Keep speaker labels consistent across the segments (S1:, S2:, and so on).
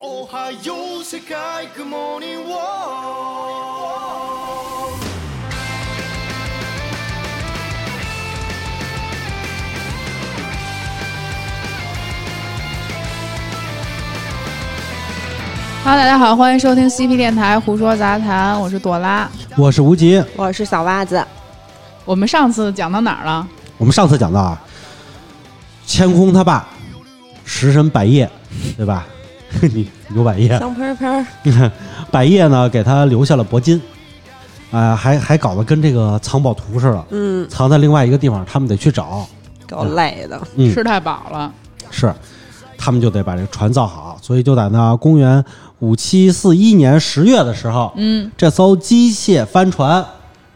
S1: おはよう世界グモーニング
S2: 哈喽，大家好，欢迎收听 CP 电台胡说杂谈，我是朵拉。
S3: 我是吴极。
S4: 我是小袜子，
S2: 我们上次讲到哪儿了？
S3: 我们上次讲到啊，千空他爸，食神百叶，对吧？ 你牛百叶，
S4: 香喷喷。
S3: 百叶呢给他留下了铂金，啊、还还搞得跟这个藏宝图似的，
S4: 嗯，
S3: 藏在另外一个地方，他们得去找。
S4: 够累的。
S3: 嗯，
S2: 吃太饱了，
S3: 是，他们就得把这个船造好，所以就在那公元五七四一年十月的时候，
S2: 嗯，
S3: 这艘机械帆船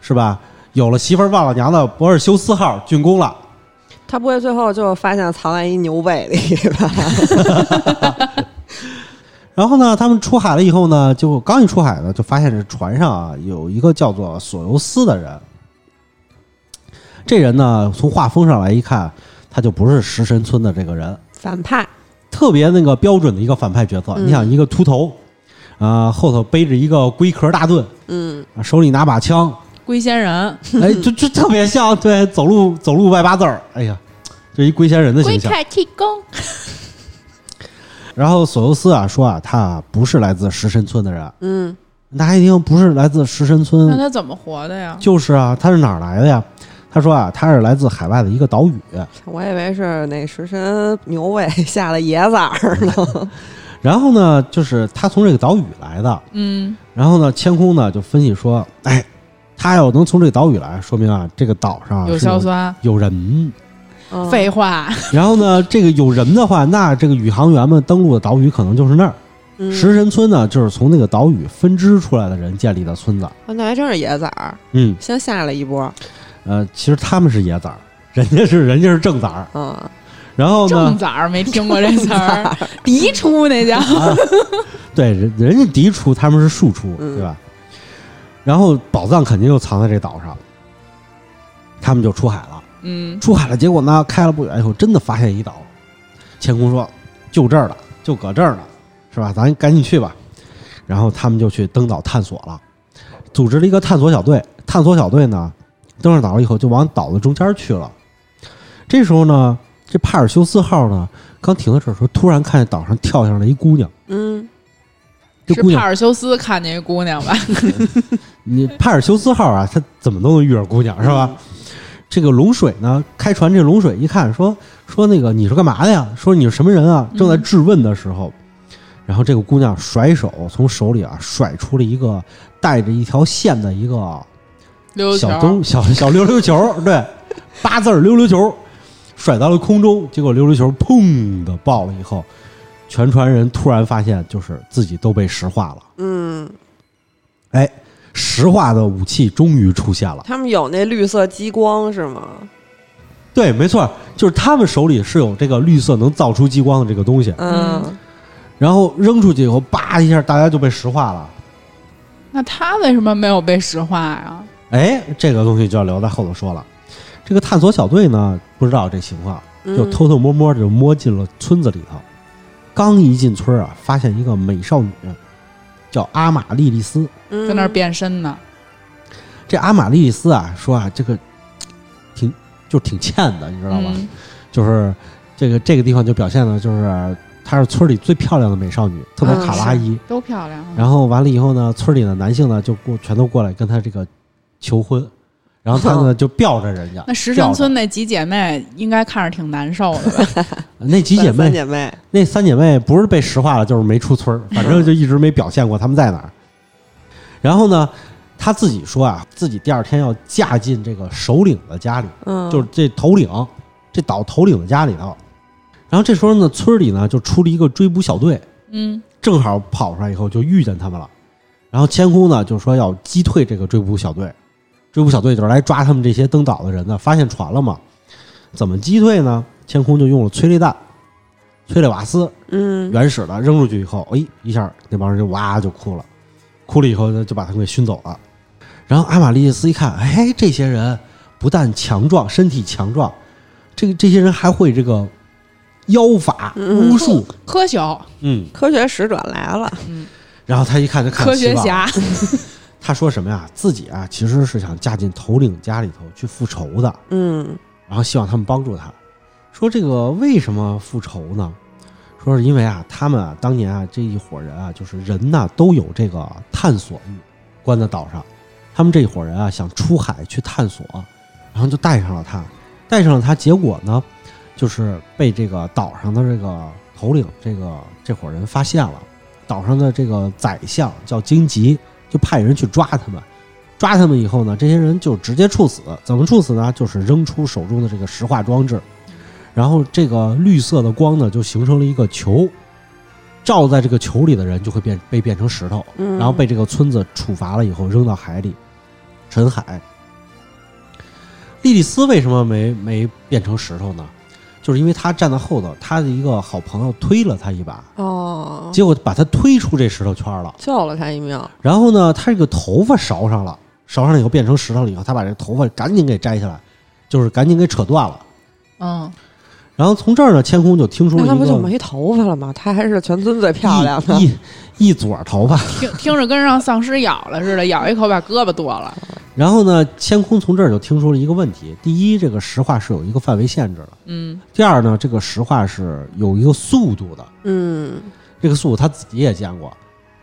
S3: 是吧，有了媳妇儿忘了娘的博尔修斯号竣工了。
S4: 他不会最后就发现藏在一牛胃里吧？
S3: 然后呢，他们出海了以后呢，就刚一出海呢，就发现这船上啊有一个叫做索尤斯的人。这人呢，从画风上来一看，他就不是食神村的这个人，
S4: 反派，
S3: 特别那个标准的一个反派角色。
S4: 嗯
S3: 你想，一个秃头，啊、后头背着一个龟壳大盾，
S4: 嗯，
S3: 啊手里拿把枪，
S2: 龟仙人，
S3: 哎，就就特别像对走路走路外八字儿，哎呀，就一龟仙人的形象。
S2: 气功，
S3: 然后索尤斯啊说啊，他不是来自食神村的人。
S4: 嗯，
S3: 大家一听不是来自食神村，
S2: 那他怎么活的呀？
S3: 就是啊，他是哪儿来的呀？他说啊，他是来自海外的一个岛屿，
S4: 我以为是那食神牛胃下了野崽儿呢。
S3: 然后呢，就是他从这个岛屿来的。
S2: 嗯，
S3: 然后呢，千空呢就分析说，哎，他要能从这个岛屿来，说明啊，这个岛上啊
S2: 有
S3: 是
S2: 硝酸。
S3: 有人。
S4: 嗯
S2: 废话，
S3: 然后呢，这个有人的话，那这个宇航员们登陆的岛屿可能就是那儿。
S4: 嗯
S3: 食神村呢，就是从那个岛屿分支出来的人建立的村子。
S4: 哦那还真是野崽儿，
S3: 嗯，
S4: 先下了一波。
S3: 呃，其实他们是野崽儿，人家是人家是正崽儿。
S4: 嗯，
S3: 然后呢
S2: 正，崽儿没听过这词
S3: 哦
S2: 儿，嫡出那 叫。
S3: 啊对，人人家嫡出，他们是庶出，
S4: 嗯
S3: 对吧？然后宝藏肯定就藏在这岛上，他们就出海了。
S2: 嗯，
S3: 出海了，结果呢，开了不远以后，真的发现一岛。千空说：“就这儿了，就搁这儿呢，是吧？咱赶紧去吧。”然后他们就去登岛探索了，组织了一个探索小队。探索小队呢，登上岛了以后，就往岛的中间去了。这时候呢，这帕尔修斯号呢，刚停到这儿的时候，突然看见岛上跳上来一姑娘。
S4: 嗯，
S3: 这
S2: 是
S3: 姑娘
S2: 帕尔修斯看见一姑娘吧？
S3: 你帕尔修斯号啊，他怎么都能遇着姑娘是吧？
S2: 嗯
S3: 这个龙水呢，开船这龙水一看，说说那个你是干嘛的呀？说你是什么人啊？正在
S2: 嗯
S3: 质问的时候，然后这个姑娘甩手从手里啊甩出了一个带着一条线的一个
S2: 溜球
S3: 小东小小溜溜球，对，八字儿溜溜球，甩到了空中，结果溜溜球砰的爆了以后，全船人突然发现就是自己都被石化了。
S4: 嗯，
S3: 哎，石化的武器终于出现了。
S4: 他们有那绿色激光是吗？
S3: 对，没错，就是他们手里是有这个绿色能造出激光的这个东西，
S4: 嗯，
S3: 然后扔出去以后，叭一下，大家就被石化了。
S2: 那他为什么没有被石化呀？
S3: 哎，这个东西就要留在后头说了。这个探索小队呢，不知道这情况，
S4: 嗯
S3: 就偷偷摸摸地就摸进了村子里头。刚一进村啊，发现一个美少女，叫阿玛莉莉丝。
S4: 嗯
S2: 在那儿变身呢？
S3: 这阿玛莉莉丝啊，说啊，这个挺就挺欠的，你知道吧？
S2: 嗯，
S3: 就是这个这个地方就表现的就是她是村里最漂亮的美少女，特别
S2: 嗯
S3: 卡哇伊。
S2: 都漂亮。啊
S3: 然后完了以后呢，村里的男性呢就过全都过来跟她这个求婚，然后她呢就吊着人家。
S2: 那石神村
S3: 吊着
S2: 那几姐妹应该看着挺难受的 吧？
S3: 那几姐
S4: 三三
S3: 妹，
S4: 姐妹，
S3: 那三姐妹不是被石化了，就是没出村儿，反正就一直没表现过她们在哪儿。然后呢，她自己说啊，自己第二天要嫁进这个首领的家里。
S4: 嗯，
S3: 就是这头领，这岛头领的家里头。然后这时候呢，村里呢就出了一个追捕小队，
S2: 嗯，
S3: 正好跑出来以后就遇见他们了。然后千空呢就说要击退这个追捕小队，追捕小队就是来抓他们这些登岛的人的，发现船了嘛，怎么击退呢？千空就用了催泪弹、催泪瓦斯，
S4: 嗯，
S3: 原始的扔出去以后，哎，一下那帮人就哇就哭了，哭了以后呢就把他们给熏走了。然后阿玛莉斯一看，哎，这些人不但强壮，身体强壮，这个这些人还会这个妖法、
S4: 嗯
S3: 巫术，
S2: 科学，
S3: 嗯，
S4: 科学使者来了，
S3: 然后他一看就看
S2: 科学
S3: 希望了，
S2: 侠，
S3: 他说什么呀？自己啊其实是想嫁进头领家里头去复仇的，
S4: 嗯
S3: 然后希望他们帮助他。说这个为什么复仇呢？说是因为啊，他们啊当年啊这一伙人啊，就是人呐、都有这个探索欲，关在岛上，他们这一伙人啊想出海去探索，然后就带上了他，带上了他，结果呢，就是被这个岛上的这个头领这个这伙人发现了，岛上的这个宰相叫荆棘，就派人去抓他们。抓他们以后呢，这些人就直接处死。怎么处死呢？就是扔出手中的这个石化装置，然后这个绿色的光呢，就形成了一个球，照在这个球里的人就会变被变成石头，
S4: 嗯，
S3: 然后被这个村子处罚了以后扔到海里，沉海。莉莉丝为什么没没变成石头呢？就是因为她站在后头，她的一个好朋友推了她一把，
S4: 哦
S3: 结果把她推出这石头圈了。
S4: 救了他一命，
S3: 然后呢，他这个头发烧上了，烧上了以后变成石头了以后，他把这个头发赶紧给摘下来，就是赶紧给扯断了。
S2: 嗯，
S3: 然后从这儿呢，千空就听出了一
S4: 那他不就
S3: 个
S4: 没头发了吗？他还是全村最漂亮啊的，
S3: 一一一撮儿头发。
S2: 听听着跟让丧尸咬了似的，咬一口把胳膊剁了，
S3: 然后呢，千空从这儿就听出了一个问题：第一，这个石化是有一个范围限制的；
S2: 嗯，
S3: 第二呢，这个石化是有一个速度的，
S4: 嗯
S3: 这个速度他自己也见过。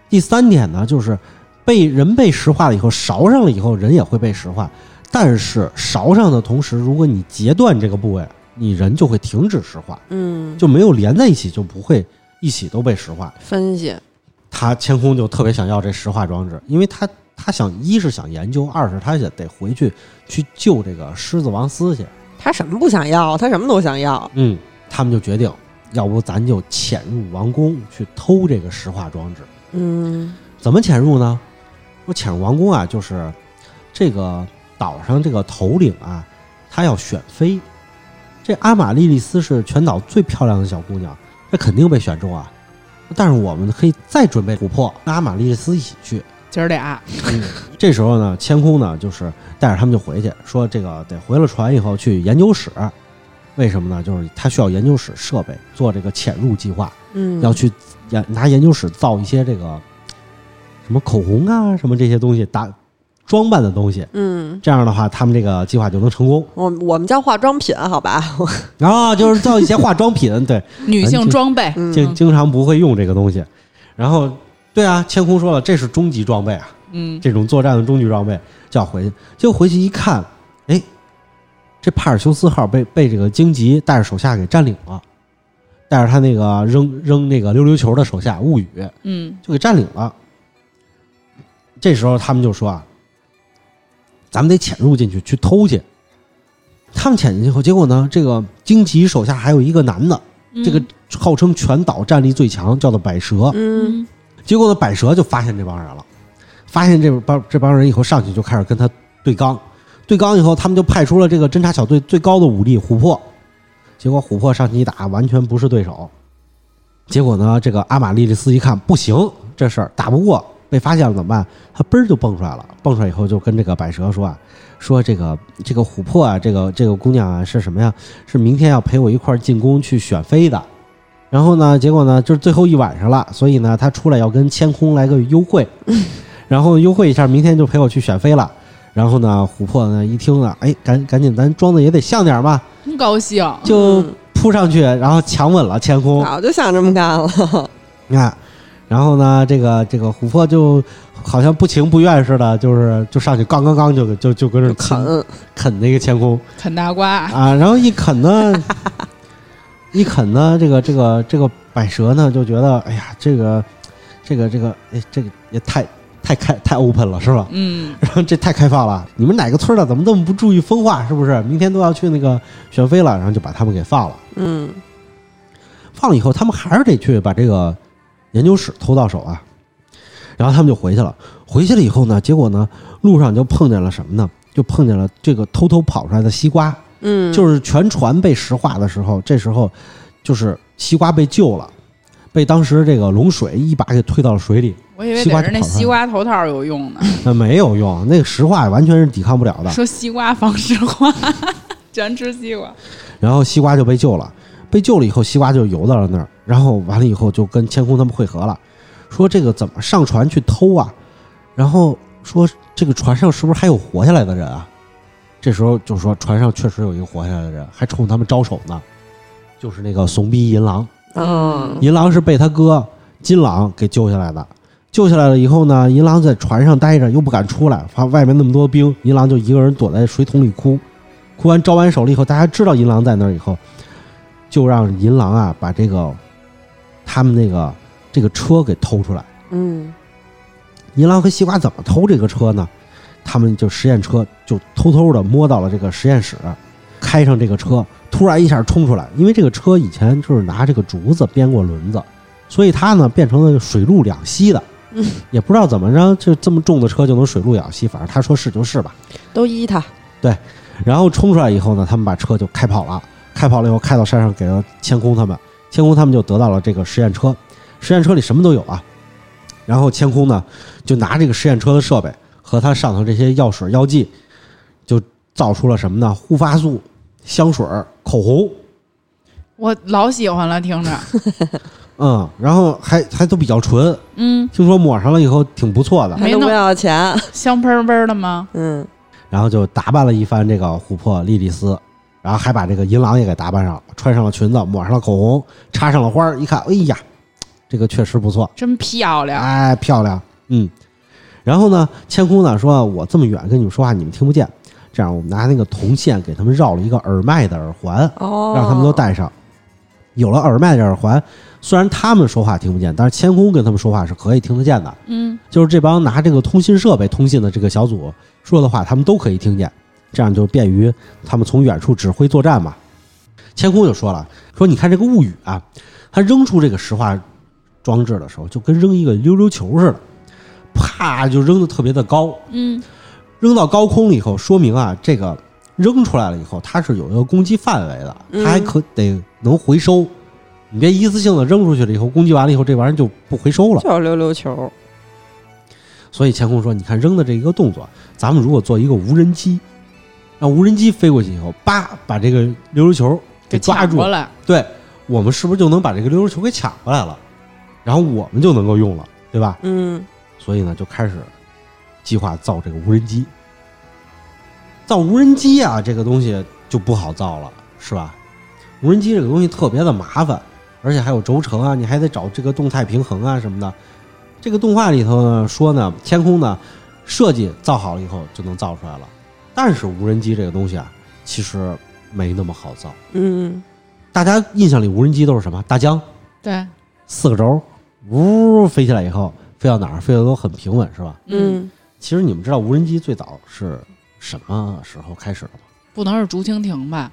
S3: 第三点呢，就是被人被石化了以后，勺上了以后，人也会被石化。但是勺上的同时，如果你截断这个部位，你人就会停止石化，
S4: 嗯，
S3: 就没有连在一起，就不会一起都被石化。
S4: 分析，
S3: 他千空就特别想要这石化装置，因为他他想一是想研究，二是他也得回去去救这个狮子王斯去。
S4: 他什么不想要？他什么都想要，
S3: 嗯，他们就决定，要不咱就潜入王宫去偷这个石化装置。
S4: 嗯
S3: 怎么潜入呢？说潜入王宫啊，就是这个岛上这个头领啊，他要选妃。这阿玛莉莉丝是全岛最漂亮的小姑娘，这肯定被选中啊。但是我们可以再准备琥珀，跟阿玛莉莉丝一起去。
S2: 姐儿俩，
S3: 这时候呢，千空呢就是带着他们就回去，说这个得回了船以后去研究室。为什么呢？就是他需要研究室设备做这个潜入计划。
S4: 嗯，
S3: 要去研拿研究室造一些这个什么口红啊，什么这些东西打装扮的东西。
S4: 嗯。
S3: 这样的话，他们这个计划就能成功
S4: 我我们叫化妆品，好吧？
S3: 啊！就是造一些化妆品，对，
S2: 女性装备，
S4: 嗯
S3: 经经常不会用这个东西。然后，对啊，千空说了，这是终极装备啊，
S2: 嗯，
S3: 这种作战的终极装备就要回去。结果回去一看，哎，这帕尔修斯号被被这个荆棘带着手下给占领了，带着他那个扔扔那个溜溜球的手下物语，
S2: 嗯，
S3: 就给占领了。这时候他们就说啊，咱们得潜入进去去偷去。他们潜进去后，结果呢，这个荆棘手下还有一个男的，
S2: 嗯
S3: 这个号称全岛战力最强，叫做百蛇。
S4: 嗯，
S2: 嗯，
S3: 结果呢，百蛇就发现这帮人了，发现这帮这帮人以后上去就开始跟他对刚，对刚以后，他们就派出了这个侦察小队最高的武力琥珀，结果琥珀上去一打，完全不是对手。结果呢，这个阿玛莉莉丝一看不行，这事儿打不过，被发现了怎么办？他嘣儿就蹦出来了，蹦出来以后就跟这个百蛇说啊，说这个这个琥珀啊，这个这个姑娘啊是什么呀？是明天要陪我一块儿进宫去选妃的。然后呢，结果呢，就是最后一晚上了，所以呢，他出来要跟千空来个幽会，然后幽会一下，明天就陪我去选妃了。然后呢，琥珀呢一听呢，哎，赶赶紧，咱装的也得像点儿嘛，
S2: 真嗯高兴，
S3: 就扑上去，然后强吻了千空。
S4: 早就想这么干了。
S3: 你看，然后呢，这个这个琥珀就好像不情不愿似的，就是就上去刚刚刚就就就跟这
S4: 啃，
S3: 啃那个千空
S2: 啃大瓜，
S3: 啊，然后一啃呢，一啃呢，这个这个这个百蛇呢就觉得，哎呀，这个这个这个，哎，这个也太太开太 open 了，是吧？
S2: 嗯，
S3: 然后这太开放了，你们哪个村的怎么这么不注意风化？是不是？明天都要去那个选妃了，然后就把他们给放了。
S4: 嗯
S3: 放了以后，他们还是得去把这个研究室偷到手啊。然后他们就回去了。回去了以后呢，结果呢，路上就碰见了什么呢？就碰见了这个偷偷跑出来的西瓜。
S4: 嗯，
S3: 就是全船被石化的时候，这时候就是西瓜被救了，被当时这个龙水一把给推到了水里。
S2: 我以为
S3: 西瓜
S2: 得是那
S3: 头套
S2: 西瓜头套有用呢，
S3: 那没有用，那个石化完全是抵抗不
S2: 嗯
S3: 了 的。
S2: 说西瓜防石化，全吃西瓜，
S3: 然后西瓜就被救了。被救了以后，西瓜就游到了那儿，然后完了以后就跟千空他们会合了，说这个怎么上船去偷啊？然后说这个船上是不是还有活下来的人啊？这时候就说船上确实有一个活下来的人，还冲他们招手呢，就是那个怂逼银狼。
S4: 嗯，
S3: 银狼是被他哥金狼给救下来的。救下来了以后呢，银狼在船上待着又不敢出来，怕外面那么多兵，银狼就一个人躲在水桶里哭。哭完招完手了以后，大家知道银狼在那儿以后，就让银狼啊把这个他们那个这个车给偷出来。
S4: 嗯，
S3: 银狼和西瓜怎么偷这个车呢？他们就实验车就偷偷的摸到了这个实验室，开上这个车，突然一下冲出来，因为这个车以前就是拿这个竹子编过轮子，所以它呢变成了水陆两栖的。
S4: 嗯
S3: 也不知道怎么着，就这么重的车就能水陆两栖，反正他说是就是吧。
S4: 都依他，
S3: 然后冲出来以后呢，他们把车就开跑了，开跑了以后开到山上给了千空他们，千空他们就得到了这个实验车，实验车里什么都有啊。然后千空呢就拿这个实验车的设备和他上头这些药水药剂，就造出了什么呢？护发素、香水、口红，
S2: 我老喜欢了，听着，
S3: 嗯，然后还还都比较纯，
S2: 嗯，
S3: 听说抹上了以后挺不错的。
S4: 还
S2: 没
S4: 都
S2: 弄
S4: 不要钱，
S2: 香喷喷的吗？
S4: 嗯
S3: 然后就打扮了一番这个琥珀莉莉丝，然后还把这个银狼也给打扮上了，穿上了裙子，抹上了口红，插上了花儿，一看，哎呀，这个确实不错，
S2: 真漂亮，
S3: 哎，漂亮，嗯。然后呢，千空呢说，啊我这么远跟你们说话，你们听不见，这样我们拿那个铜线给他们绕了一个耳麦的耳环，
S4: 哦，
S3: 让他们都戴上。有了耳麦的耳环，虽然他们说话听不见，但是千空跟他们说话是可以听得见的。
S2: 嗯，
S3: 就是这帮拿这个通信设备通信的这个小组说的话，他们都可以听见，这样就便于他们从远处指挥作战嘛。千空就说了，说你看这个物语啊，他扔出这个石化装置的时候，就跟扔一个溜溜球似的，啪就扔的特别的高，
S2: 嗯，
S3: 扔到高空了以后，说明啊这个扔出来了以后，它是有一个攻击范围的，
S2: 嗯
S3: 它还可得能回收。你别一次性的扔出去了以后，攻击完了以后，这玩意儿就不回收了。
S4: 就是溜溜球，
S3: 所以钱空说：“你看扔的这一个动作，啊咱们如果做一个无人机，让无人机飞过去以后，叭把这个溜溜球给
S2: 给
S3: 抓
S2: 抢
S3: 住
S2: 过，来，
S3: 对我们是不是就能把这个溜溜球给抢过来了？然后我们就能够用了，对吧？
S4: 嗯
S3: 所以呢，就开始计划造这个无人机。造无人机啊，这个东西就不好造了，是吧？无人机这个东西特别的麻烦，而且还有轴承啊，你还得找这个动态平衡啊什么的。这个动画里头呢说呢，天空呢设计造好了以后就能造出来了，但是无人机这个东西啊，其实没那么好造。
S4: 嗯，
S3: 大家印象里无人机都是什么？大疆、
S2: 对，
S3: 四个轴，呜飞起来以后，飞到哪儿？飞得都很平稳，是吧？
S4: 嗯，
S3: 其实你们知道无人机最早是什么时候开始的吗？
S2: 不能是竹蜻蜓吧？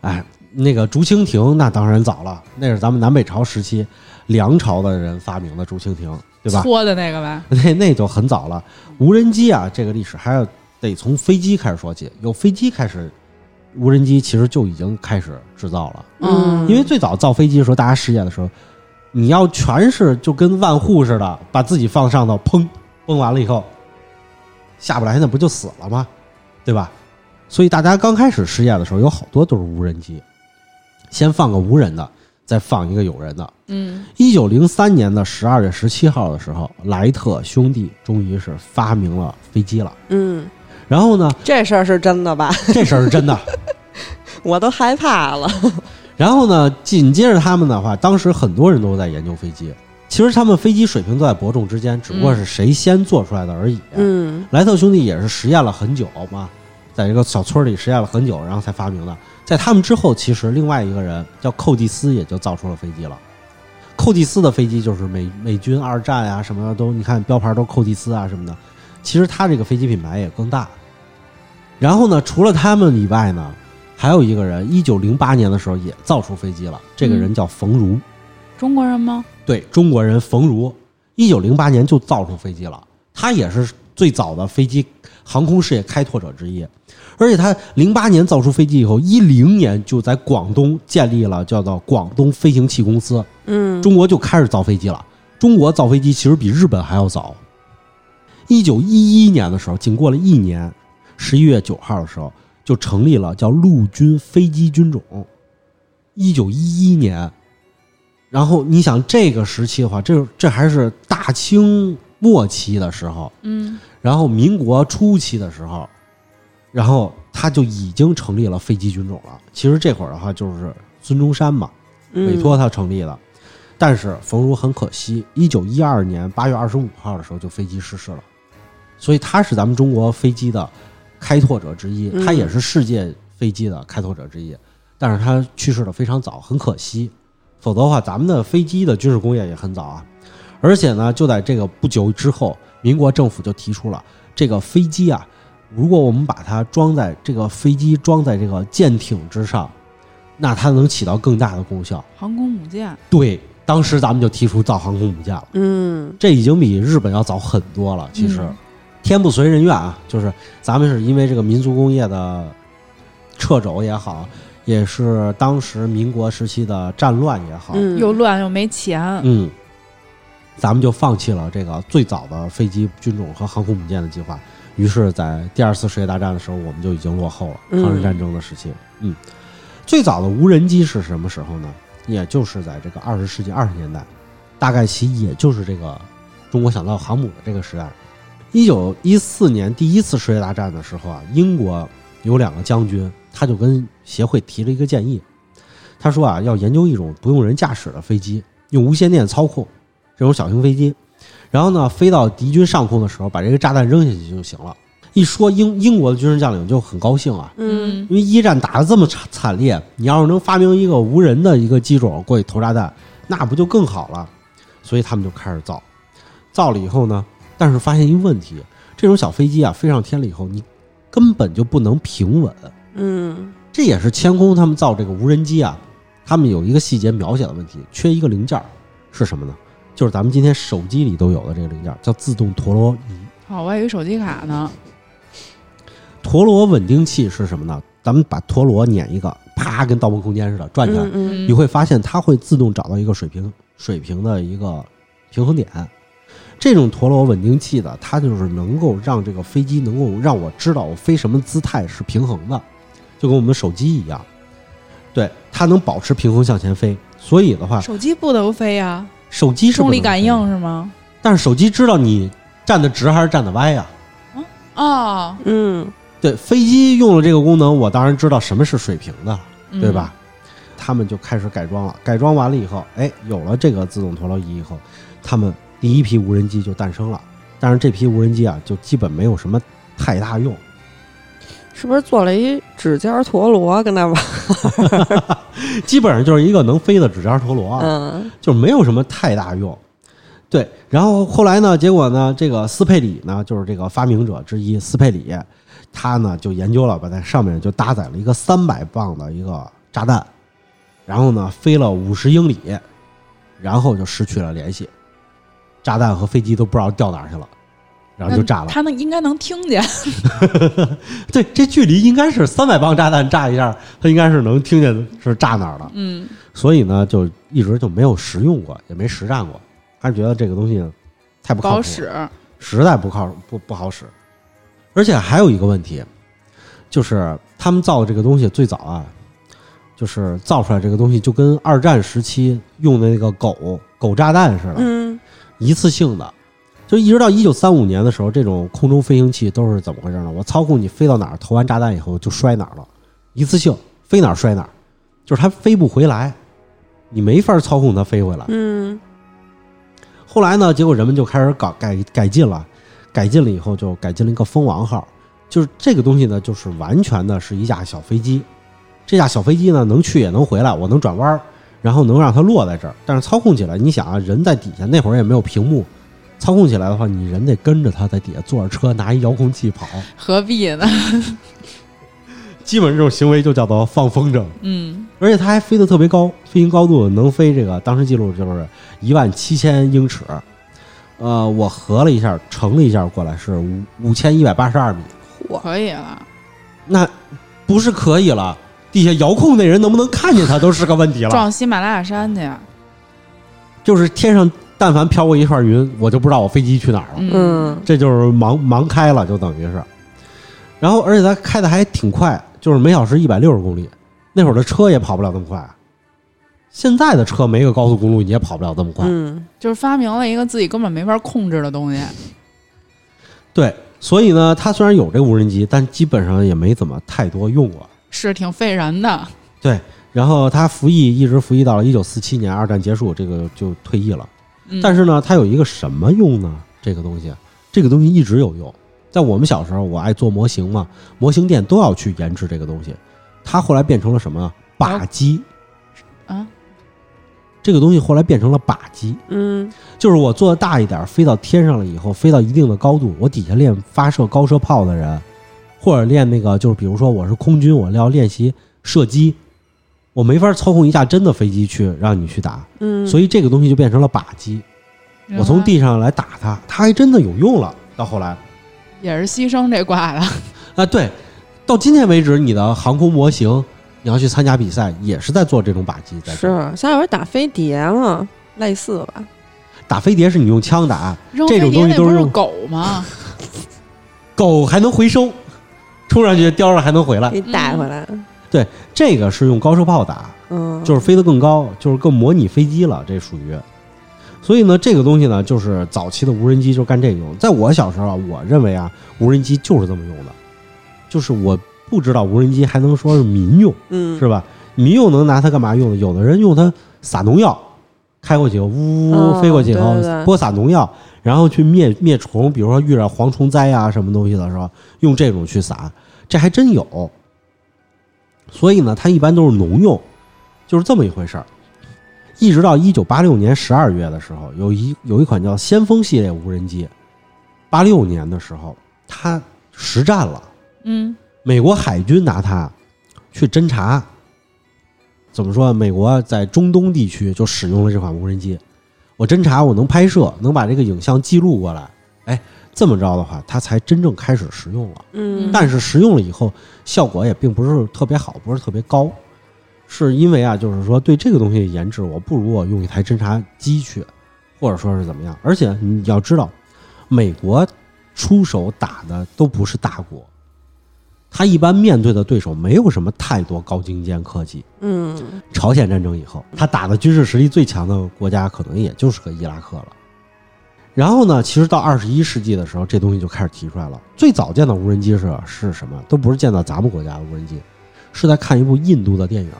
S3: 哎，那个竹蜻蜓那当然早了，那是咱们南北朝时期梁朝的人发明的竹蜻蜓，对吧？
S2: 搓的那个吧？
S3: 那那就很早了。无人机啊，这个历史还要得从飞机开始说起，有飞机开始，无人机其实就已经开始制造了。
S2: 嗯
S3: 因为最早造飞机的时候，大家试验的时候，你要全是就跟万户似的，把自己放上头，砰，崩完了以后下不来，那不就死了吗？对吧？所以大家刚开始试验的时候，有好多都是无人机，先放个无人的，再放一个有人的。
S2: 嗯，
S3: 一九零三年的十二月十七号的时候，莱特兄弟终于是发明了飞机了。
S4: 嗯，
S3: 然后呢，
S4: 这事儿是真的吧？
S3: 这事儿是真的，
S4: 我都害怕了。
S3: 然后呢，紧接着他们的话，当时很多人都在研究飞机。其实他们飞机水平都在伯仲之间，只不过是谁先做出来的而已。啊
S4: 嗯
S3: 莱特兄弟也是实验了很久嘛，在这个小村里实验了很久，然后才发明的。在他们之后，其实另外一个人叫寇蒂斯也就造出了飞机了。寇蒂斯的飞机就是美美军二战啊什么的都，你看标牌都寇蒂斯啊什么的。其实他这个飞机品牌也更大。然后呢，除了他们以外呢，还有一个人，一九零八年的时候也造出飞机了。这个人叫冯如，
S2: 中国人吗？
S3: 对中国人冯如，一九零八年就造出飞机了，他也是最早的飞机航空事业开拓者之一。而且他零八年造出飞机以后，一零年就在广东建立了叫做广东飞行器公司，
S4: 嗯，
S3: 中国就开始造飞机了。中国造飞机其实比日本还要早。一九一一年的时候，仅过了一年，十一月九号的时候就成立了叫陆军飞机军种。一九一一年，然后你想这个时期的话，这这还是大清末期的时候，
S2: 嗯
S3: 然后民国初期的时候，然后他就已经成立了飞机军种了。其实这会儿的话，就是孙中山嘛，委托他成立的。但是冯如很可惜，一九一二年八月二十五号的时候就飞机失事了，所以他是咱们中国飞机的开拓者之一，
S4: 嗯
S3: 他也是世界飞机的开拓者之一。但是他去世的非常早，很可惜。否则的话，咱们的飞机的军事工业也很早啊。而且呢，就在这个不久之后，民国政府就提出了这个飞机啊，如果我们把它装在这个飞机装在这个舰艇之上，那它能起到更大的功效。
S2: 航空母舰，
S3: 对，当时咱们就提出造航空母舰了，
S4: 嗯，
S3: 这已经比日本要早很多了。其实，天不遂人愿啊，就是咱们是因为这个民族工业的掣肘也好，也是当时民国时期的战乱也好，
S4: 嗯
S2: 又乱又没钱，
S3: 嗯，咱们就放弃了这个最早的飞机军种和航空母舰的计划。于是，在第二次世界大战的时候，我们就已经落后了。
S4: 嗯
S3: 抗日战争的时期，嗯，最早的无人机是什么时候呢？也就是在这个二十世纪二十年代，大概其也就是这个中国想到航母的这个时代。一九一四年第一次世界大战的时候啊，英国有两个将军，他就跟协会提了一个建议，他说啊，要研究一种不用人驾驶的飞机，用无线电操控这种小型飞机，然后呢，飞到敌军上空的时候，把这个炸弹扔下去就行了。一说英英国的军事将领就很高兴啊，
S4: 嗯，
S3: 因为一战打得这么惨惨烈，你要是能发明一个无人的一个机种过去投炸弹，那不就更好了？所以他们就开始造，造了以后呢，但是发现一个问题，这种小飞机啊飞上天了以后，你根本就不能平稳。
S4: 嗯，
S3: 这也是天空他们造这个无人机啊，他们有一个细节描写的问题，缺一个零件儿是什么呢？就是咱们今天手机里都有的这个零件儿，叫自动陀螺仪。
S2: 好，我还有手机卡呢，
S3: 陀螺稳定器是什么呢？咱们把陀螺碾一个，啪，跟《盗梦空间》似的转起来，
S4: 嗯
S3: 你会发现它会自动找到一个水平水平的一个平衡点。这种陀螺稳定器的，它就是能够让这个飞机能够让我知道我飞什么姿态是平衡的，就跟我们手机一样，对，它能保持平衡向前飞。所以的话，
S2: 嗯手机不能飞呀，
S3: 手机是不
S2: 重
S3: 能
S2: 力感
S3: 飞的
S2: 应，是吗？
S3: 但是手机知道你站得直还是站得歪呀、
S2: 哦，
S4: 嗯
S3: 对，飞机用了这个功能，我当然知道什么是水平的了。
S2: 嗯
S3: 对吧？？他们就开始改装了。改装完了以后，哎，有了这个自动陀螺仪以后，他们第一批无人机就诞生了。但是这批无人机啊，就基本没有什么太大用。
S4: 是不是做了一指尖陀螺跟那玩儿？
S3: 基本上就是一个能飞的指尖陀螺，啊，
S4: 嗯
S3: 就没有什么太大用。对，然后后来呢，结果呢，这个斯佩里呢，就是这个发明者之一斯佩里，他呢就研究了，把在上面就搭载了一个三百磅的一个炸弹，然后呢飞了五十英里，然后就失去了联系，炸弹和飞机都不知道掉哪儿去了，然后就炸了。
S2: 他能应该能听见，
S3: 对，这距离应该是三百磅炸弹炸一下，他应该是能听见是炸哪儿了。
S2: 嗯，
S3: 所以呢，就一直就没有实用过，也没实战过，还是觉得这个东西太不
S2: 不
S3: 靠谱
S2: 好
S3: 了，
S2: 使，
S3: 实在不靠不不好使。而且还有一个问题，就是他们造这个东西最早啊，就是造出来这个东西就跟二战时期用的那个狗狗炸弹似的，
S4: 嗯
S3: 一次性的。就一直到一九三五年的时候，这种空中飞行器都是怎么回事呢？我操控你飞到哪儿，投完炸弹以后就摔哪儿了，一次性飞哪儿摔哪儿，就是它飞不回来，你没法操控它飞回来。
S4: 嗯
S3: 后来呢，结果人们就开始搞改改进了，改进了以后就改进了一个蜂王号，就是这个东西呢，就是完全的是一架小飞机，这架小飞机呢能去也能回来，我能转弯儿，然后能让它落在这儿，但是操控起来，你想啊，人在底下那会儿也没有屏幕。操控起来的话，你人得跟着它在底下坐着车，拿一遥控器跑，
S2: 何必呢？
S3: 基本这种行为就叫做放风筝。
S2: 嗯，
S3: 而且它还飞得特别高，飞行高度能飞这个当时记录就是一万七千英尺，呃，我合了一下，乘了一下过来是五五千一百八十二米，
S2: 可以了，
S3: 那不是可以了？底下遥控那人能不能看见它都是个问题了。
S2: 撞喜马拉雅山去，
S3: 就是天上但凡飘过一串云，我就不知道我飞机去哪儿了。
S2: 嗯，
S4: 嗯
S3: 这就是盲盲开了，就等于是。然后，而且它开的还挺快，就是每小时一百六十公里。那会儿的车也跑不了那么快，现在的车没个高速公路，你也跑不了这么快。
S4: 嗯，
S2: 就是发明了一个自己根本没法控制的东西。
S3: 对，所以呢，它虽然有这无人机，但基本上也没怎么太多用过。
S2: 是挺费人的，
S3: 对，然后他服役一直服役到了一九四七年二战结束，这个就退役了。
S2: 嗯、
S3: 但是呢，它有一个什么用呢？这个东西，这个东西一直有用。在我们小时候，我爱做模型嘛，模型店都要去研制这个东西。它后来变成了什么呢？靶机。
S2: 啊，
S3: 这个东西后来变成了靶机，
S4: 嗯，
S3: 就是我做的大一点儿，飞到天上了以后，飞到一定的高度，我底下练发射高射炮的人，或者练那个，就是比如说我是空军，我要练习射击，我没法操控一架真的飞机去让你去打，
S4: 嗯，
S3: 所以这个东西就变成了靶机。
S2: 原来
S3: 我从地上来打它，它还真的有用了。到后来
S2: 也是牺牲这挂的，
S3: 啊，对，到今天为止，你的航空模型你要去参加比赛，也是在做这种靶机，在做
S4: 是像有人打飞碟嘛，类似吧？
S3: 打飞碟是你用枪打，
S2: 扔
S3: 这
S2: 飞
S3: 种
S2: 碟
S3: 东
S2: 那
S3: 西
S2: 不
S3: 都是
S2: 是狗吗？
S3: 狗还能回收，冲上去叼上还能回来
S4: 给。你带回来，
S3: 这个是用高射炮打，
S4: 嗯，
S3: 就是飞得更高，就是更模拟飞机了，这属于。所以呢，这个东西呢，就是早期的无人机就干这个用。在我小时候啊，我认为啊，无人机就是这么用的，就是我不知道无人机还能说是民用，
S4: 嗯，
S3: 是吧？民用能拿它干嘛用呢？有的人用它撒农药，开过去呜
S4: 哦
S3: 呜飞过去以后
S4: 对对对
S3: 播撒农药，然后去灭灭虫，比如说遇到蝗虫灾啊什么东西的时候，用这种去撒，这还真有。所以呢，它一般都是农用，就是这么一回事儿。一直到一九八六年十二月的时候，有一有一款叫先锋系列无人机，八六年的时候它实战了。
S2: 嗯，
S3: 美国海军拿它去侦察，怎么说？美国在中东地区就使用了这款无人机。我侦察，我能拍摄，能把这个影像记录过来。哎，这么着的话，它才真正开始实用了。
S4: 嗯，
S3: 但是实用了以后，效果也并不是特别好，不是特别高，是因为啊，就是说对这个东西的研制，我不如我用一台侦察机去，或者说是怎么样。而且你要知道，美国出手打的都不是大国，他一般面对的对手没有什么太多高精尖科技。
S4: 嗯，
S3: 朝鲜战争以后，他打的军事实力最强的国家可能也就是个伊拉克了。然后呢，其实到二十一世纪的时候，这东西就开始提出来了。最早见到无人机是是什么？都不是见到咱们国家的无人机，是在看一部印度的电影，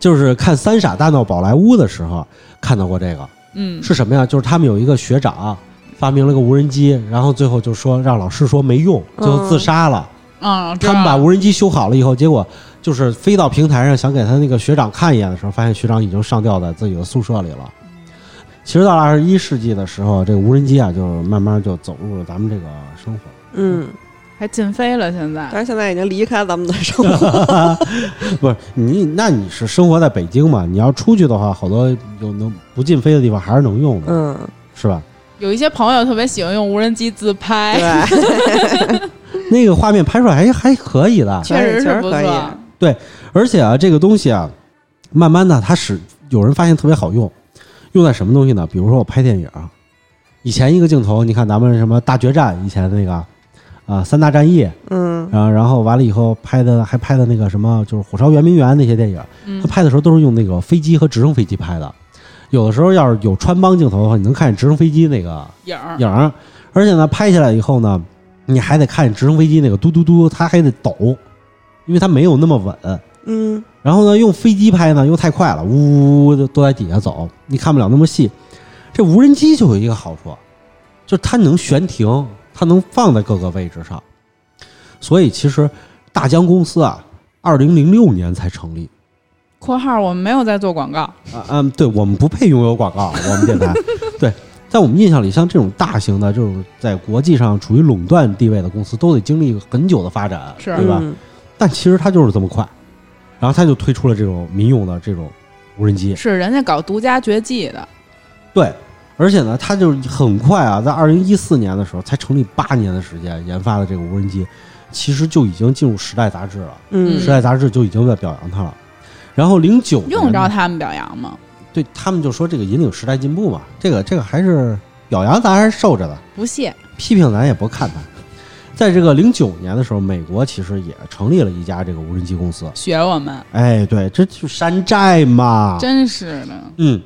S3: 就是看《三傻大闹宝莱坞》的时候看到过这个。
S2: 嗯，
S3: 是什么呀？就是他们有一个学长发明了个无人机，然后最后就说让老师说没用，最后自杀了。
S2: 嗯，知
S3: 他们
S2: 道
S3: 把无人机修好了以后，结果就是飞到平台上想给他那个学长看一眼的时候，发现学长已经上吊在自己的宿舍里了。其实到了二十一世纪的时候，这个无人机啊，就慢慢就走入了咱们这个生活。
S4: 嗯，
S2: 还禁飞了，现在
S4: 但是现在已经离开咱们的生 活，
S3: 不是你，那你是生活在北京嘛？你要出去的话，好多有能不禁飞的地方还是能用的，
S4: 嗯，
S3: 是吧？
S2: 有一些朋友特别喜欢用无人机自拍，
S4: 对，
S3: 那个画面拍出来还还可以的，
S2: 确实是不
S4: 哎确实
S2: 错
S4: 可。
S3: 而且啊，这个东西啊，慢慢的它使有人发现特别好用，用在什么东西呢？比如说我拍电影，啊以前一个镜头，你看咱们什么大决战以前那个啊、三大战役，
S4: 嗯，
S3: 然后然后完了以后拍的还拍的那个什么就是火烧圆明园那些电影，
S2: 嗯
S3: 他，拍的时候都是用那个飞机和直升飞机拍的，有的时候要是有穿帮镜头的话，你能看见直升飞机那个
S2: 影儿
S3: 影儿，而且呢，拍下来以后呢，你还得看见直升飞机那个嘟嘟嘟，它还得抖，因为它没有那么稳。
S4: 嗯，
S3: 然后呢，用飞机拍呢又太快了，呜呜呜的都在底下走，你看不了那么细。这无人机就有一个好处，就是它能悬停，它能放在各个位置上。所以其实大疆公司啊，二零零六年才成立。
S2: （括号我们没有在做广告
S3: 啊嗯，对我们不配拥有广告，我们电台对。在我们印象里，像这种大型的、这种在国际上处于垄断地位的公司，都得经历很久的发展，
S2: 是
S3: 对吧？
S4: 嗯？
S3: 但其实它就是这么快，然后它就推出了这种民用的这种无人机），。
S2: 是人家搞独家绝技的。
S3: 对，而且呢，它就是很快啊，在二零一四年的时候才成立八年的时间研发的这个无人机，其实就已经进入《时代》杂志了，
S4: 嗯
S3: 《时代》杂志就已经在表扬它了。然后零九
S2: 用着他们表扬吗？
S3: 对他们就说这个引领时代进步嘛，这个这个还是表扬咱还是受着的，
S2: 不屑。
S3: 批评咱也不看他。在这个零九年的时候，美国其实也成立了一家这个无人机公司。
S2: 学我
S4: 啊
S2: 们，
S3: 哎，对，这就山寨嘛。
S2: 真是的。
S3: 嗯，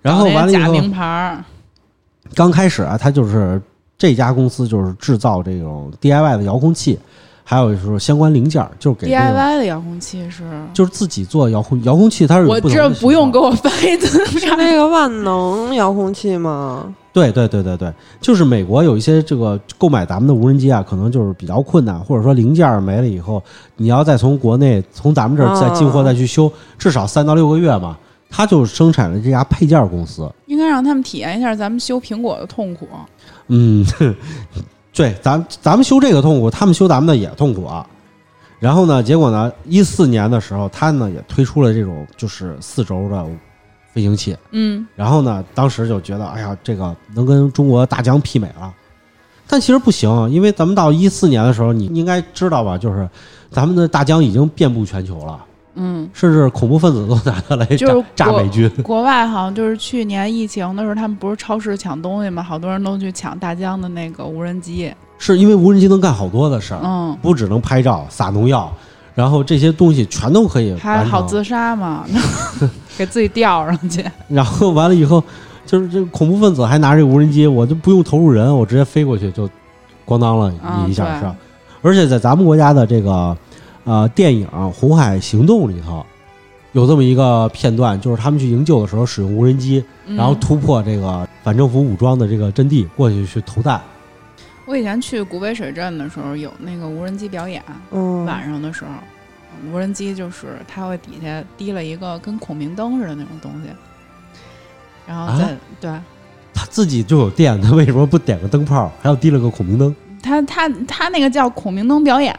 S3: 然后
S2: 搞那
S3: 完了以
S2: 假
S3: 后，
S2: 名牌儿，
S3: 刚开始啊，它就是这家公司就是制造这种 DIY 的遥控器，还有就是相关零件儿，就是给这种
S2: DIY 的遥控器是，
S3: 就是自己做遥控遥控器，它是有
S2: 我
S3: 不同
S2: 这
S3: 的
S2: 不用
S3: 形
S2: 给
S3: 状
S2: 我翻译字
S4: 是那个万能遥控器吗？
S3: 对对对对对，就是美国有一些这个购买咱们的无人机啊，可能就是比较困难，或者说零件儿没了以后，你要再从国内从咱们这儿再进货
S4: 啊
S3: 再去修，至少三到六个月嘛。它就生产了这家配件儿公司，
S2: 应该让他们体验一下咱们修苹果的痛苦。
S3: 嗯， 对，咱咱们修这个痛苦，他们修咱们的也痛苦啊。然后呢，结果呢，一四年的时候，他呢也推出了这种就是四轴的飞行器，
S2: 嗯，
S3: 然后呢，当时就觉得，哎呀，这个能跟中国大疆媲美了，但其实不行，因为咱们到一四年的时候，你应该知道吧，就是咱们的大疆已经遍布全球了，
S2: 嗯，
S3: 甚至恐怖分子都拿它来炸、
S2: 就是
S3: 炸
S2: 国
S3: 美军。
S2: 国外好像就是去年疫情的时候，他们不是超市抢东西嘛，好多人都去抢大疆的那个无人机。
S3: 是因为无人机能干好多的事儿，
S2: 嗯，
S3: 不只能拍照、撒农药，然后这些东西全都可以完成。
S2: 还好自杀 嘛，给自己吊上去。
S3: 然后完了以后，就是这恐怖分子还拿着无人机，我就不用投入人，我直接飞过去就咣当了
S2: 啊
S3: 一下
S2: 对
S3: 是吧？而且在咱们国家的这个呃电影《红海行动》里头，有这么一个片段，就是他们去营救的时候使用无人机，
S2: 嗯
S3: 然后突破这个反政府武装的这个阵地过去去投弹。
S2: 我以前去古北水镇的时候，有那个无人机表演，
S4: 嗯，
S2: 晚上的时候，无人机就是它会底下滴了一个跟孔明灯似的那种东西，然
S3: 啊
S2: 后再、对。
S3: 他自己就有电，他为什么不点个灯泡，还要提了个孔明 灯？
S2: 他他他那个叫孔明灯表演，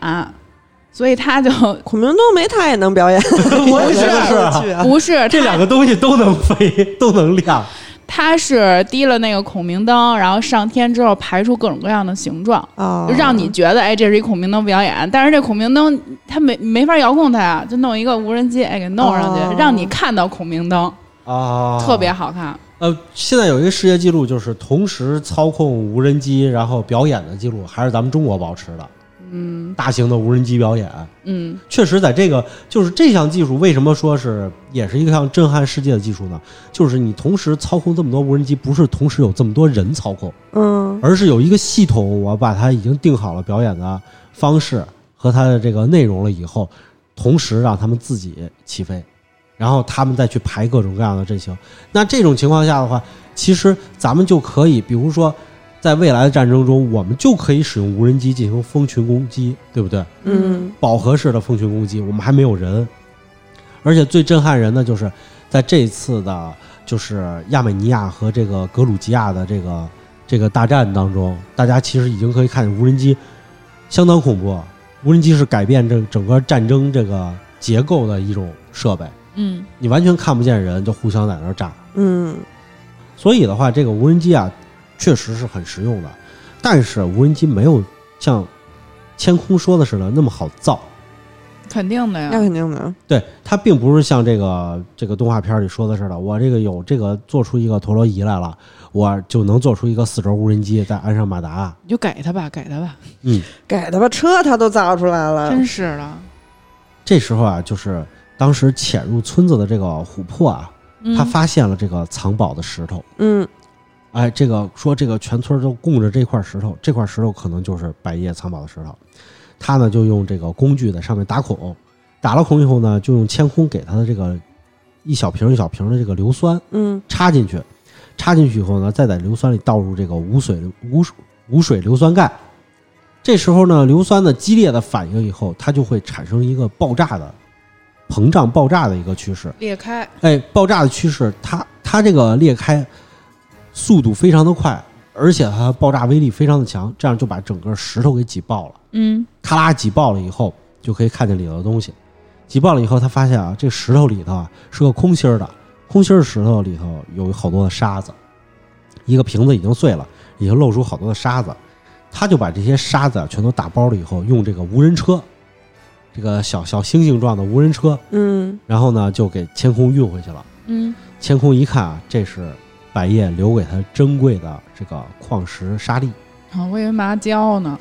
S2: 所以他就
S4: 孔明灯没他也能表演，
S3: 我 也觉得是啊
S4: 去啊。
S2: 不是
S3: 这两
S2: 他
S3: 个东西都能飞，都能亮。
S2: 他是滴了那个孔明灯，然后上天之后排出各种各样的形状，
S4: 啊
S2: 就让你觉得哎这是一孔明灯表演，但是这孔明灯他没没法遥控它呀，就弄一个无人机哎给弄上去，
S4: 哦
S2: 让你看到孔明灯，
S3: 啊，
S2: 特别好看。
S3: 呃，现在有一个世界纪录，就是同时操控无人机然后表演的记录，还是咱们中国保持的。嗯，大型的无人机表演，
S2: 嗯，
S3: 确实在这个就是这项技术，为什么说是也是一项震撼世界的技术呢？就是你同时操控这么多无人机，不是同时有这么多人操控，
S4: 嗯
S3: 而是有一个系统，我把它已经定好了表演的方式和它的这个内容了以后，同时让他们自己起飞，然后他们再去排各种各样的阵型。那这种情况下的话，其实咱们就可以，比如说在未来的战争中，我们就可以使用无人机进行蜂群攻击，对不对？
S4: 嗯
S3: 饱和式的蜂群攻击，我们还没有人。而且最震撼人的就是在这次的，就是亚美尼亚和这个格鲁吉亚的这个这个大战当中，大家其实已经可以看见无人机相当恐怖，无人机是改变这整个战争这个结构的一种设备，
S2: 嗯，
S3: 你完全看不见人，就互相在那儿炸。
S4: 嗯
S3: 所以的话，这个无人机啊，确实是很实用的，但是无人机没有像千空说的似的那么好造。
S2: 肯定的
S4: 那
S2: 呀。
S4: 肯定的。
S3: 对，它并不是像这个这个动画片里说的似的，我这个有这个做出一个陀螺仪来了，我就能做出一个四轴无人机，再安上马达。
S2: 你就给他吧，给他吧，嗯
S3: 嗯，
S4: 给他吧，车他都造出来了。
S2: 真是的。
S3: 这时候啊，就是当时潜入村子的这个琥珀啊，
S2: 嗯
S3: 他发现了这个藏宝的石头。
S4: 嗯
S3: 哎，这个说这个全村都供着这块石头，这块石头可能就是百叶藏宝的石头。他呢就用这个工具在上面打孔，打了孔以后呢，就用铅空给他的这个一小瓶一小瓶的这个硫酸，
S4: 嗯
S3: 插进去，插进去以后呢，再在硫酸里倒入这个无水无水无水硫酸钙。这时候呢，硫酸的激烈的反应以后，它就会产生一个爆炸的膨胀爆炸的一个趋势。
S2: 裂开，
S3: 哎，爆炸的趋势，它它这个裂开速度非常的快，而且它爆炸威力非常的强，这样就把整个石头给挤爆了。
S2: 嗯
S3: 咔啦挤爆了以后，就可以看见里头的东西。挤爆了以后，他发现啊，这石头里头啊是个空心儿的，空心儿石头里头有好多的沙子，一个瓶子已经碎了，已经露出好多的沙子。他就把这些沙子啊全都打包了以后，用这个无人车，这个小小星星状的无人车，
S4: 嗯
S3: 然后呢就给千空运回去了。
S2: 嗯，
S3: 千空一看啊，这是百叶留给他珍贵的这个矿石沙粒，
S2: 啊，我以为麻椒呢。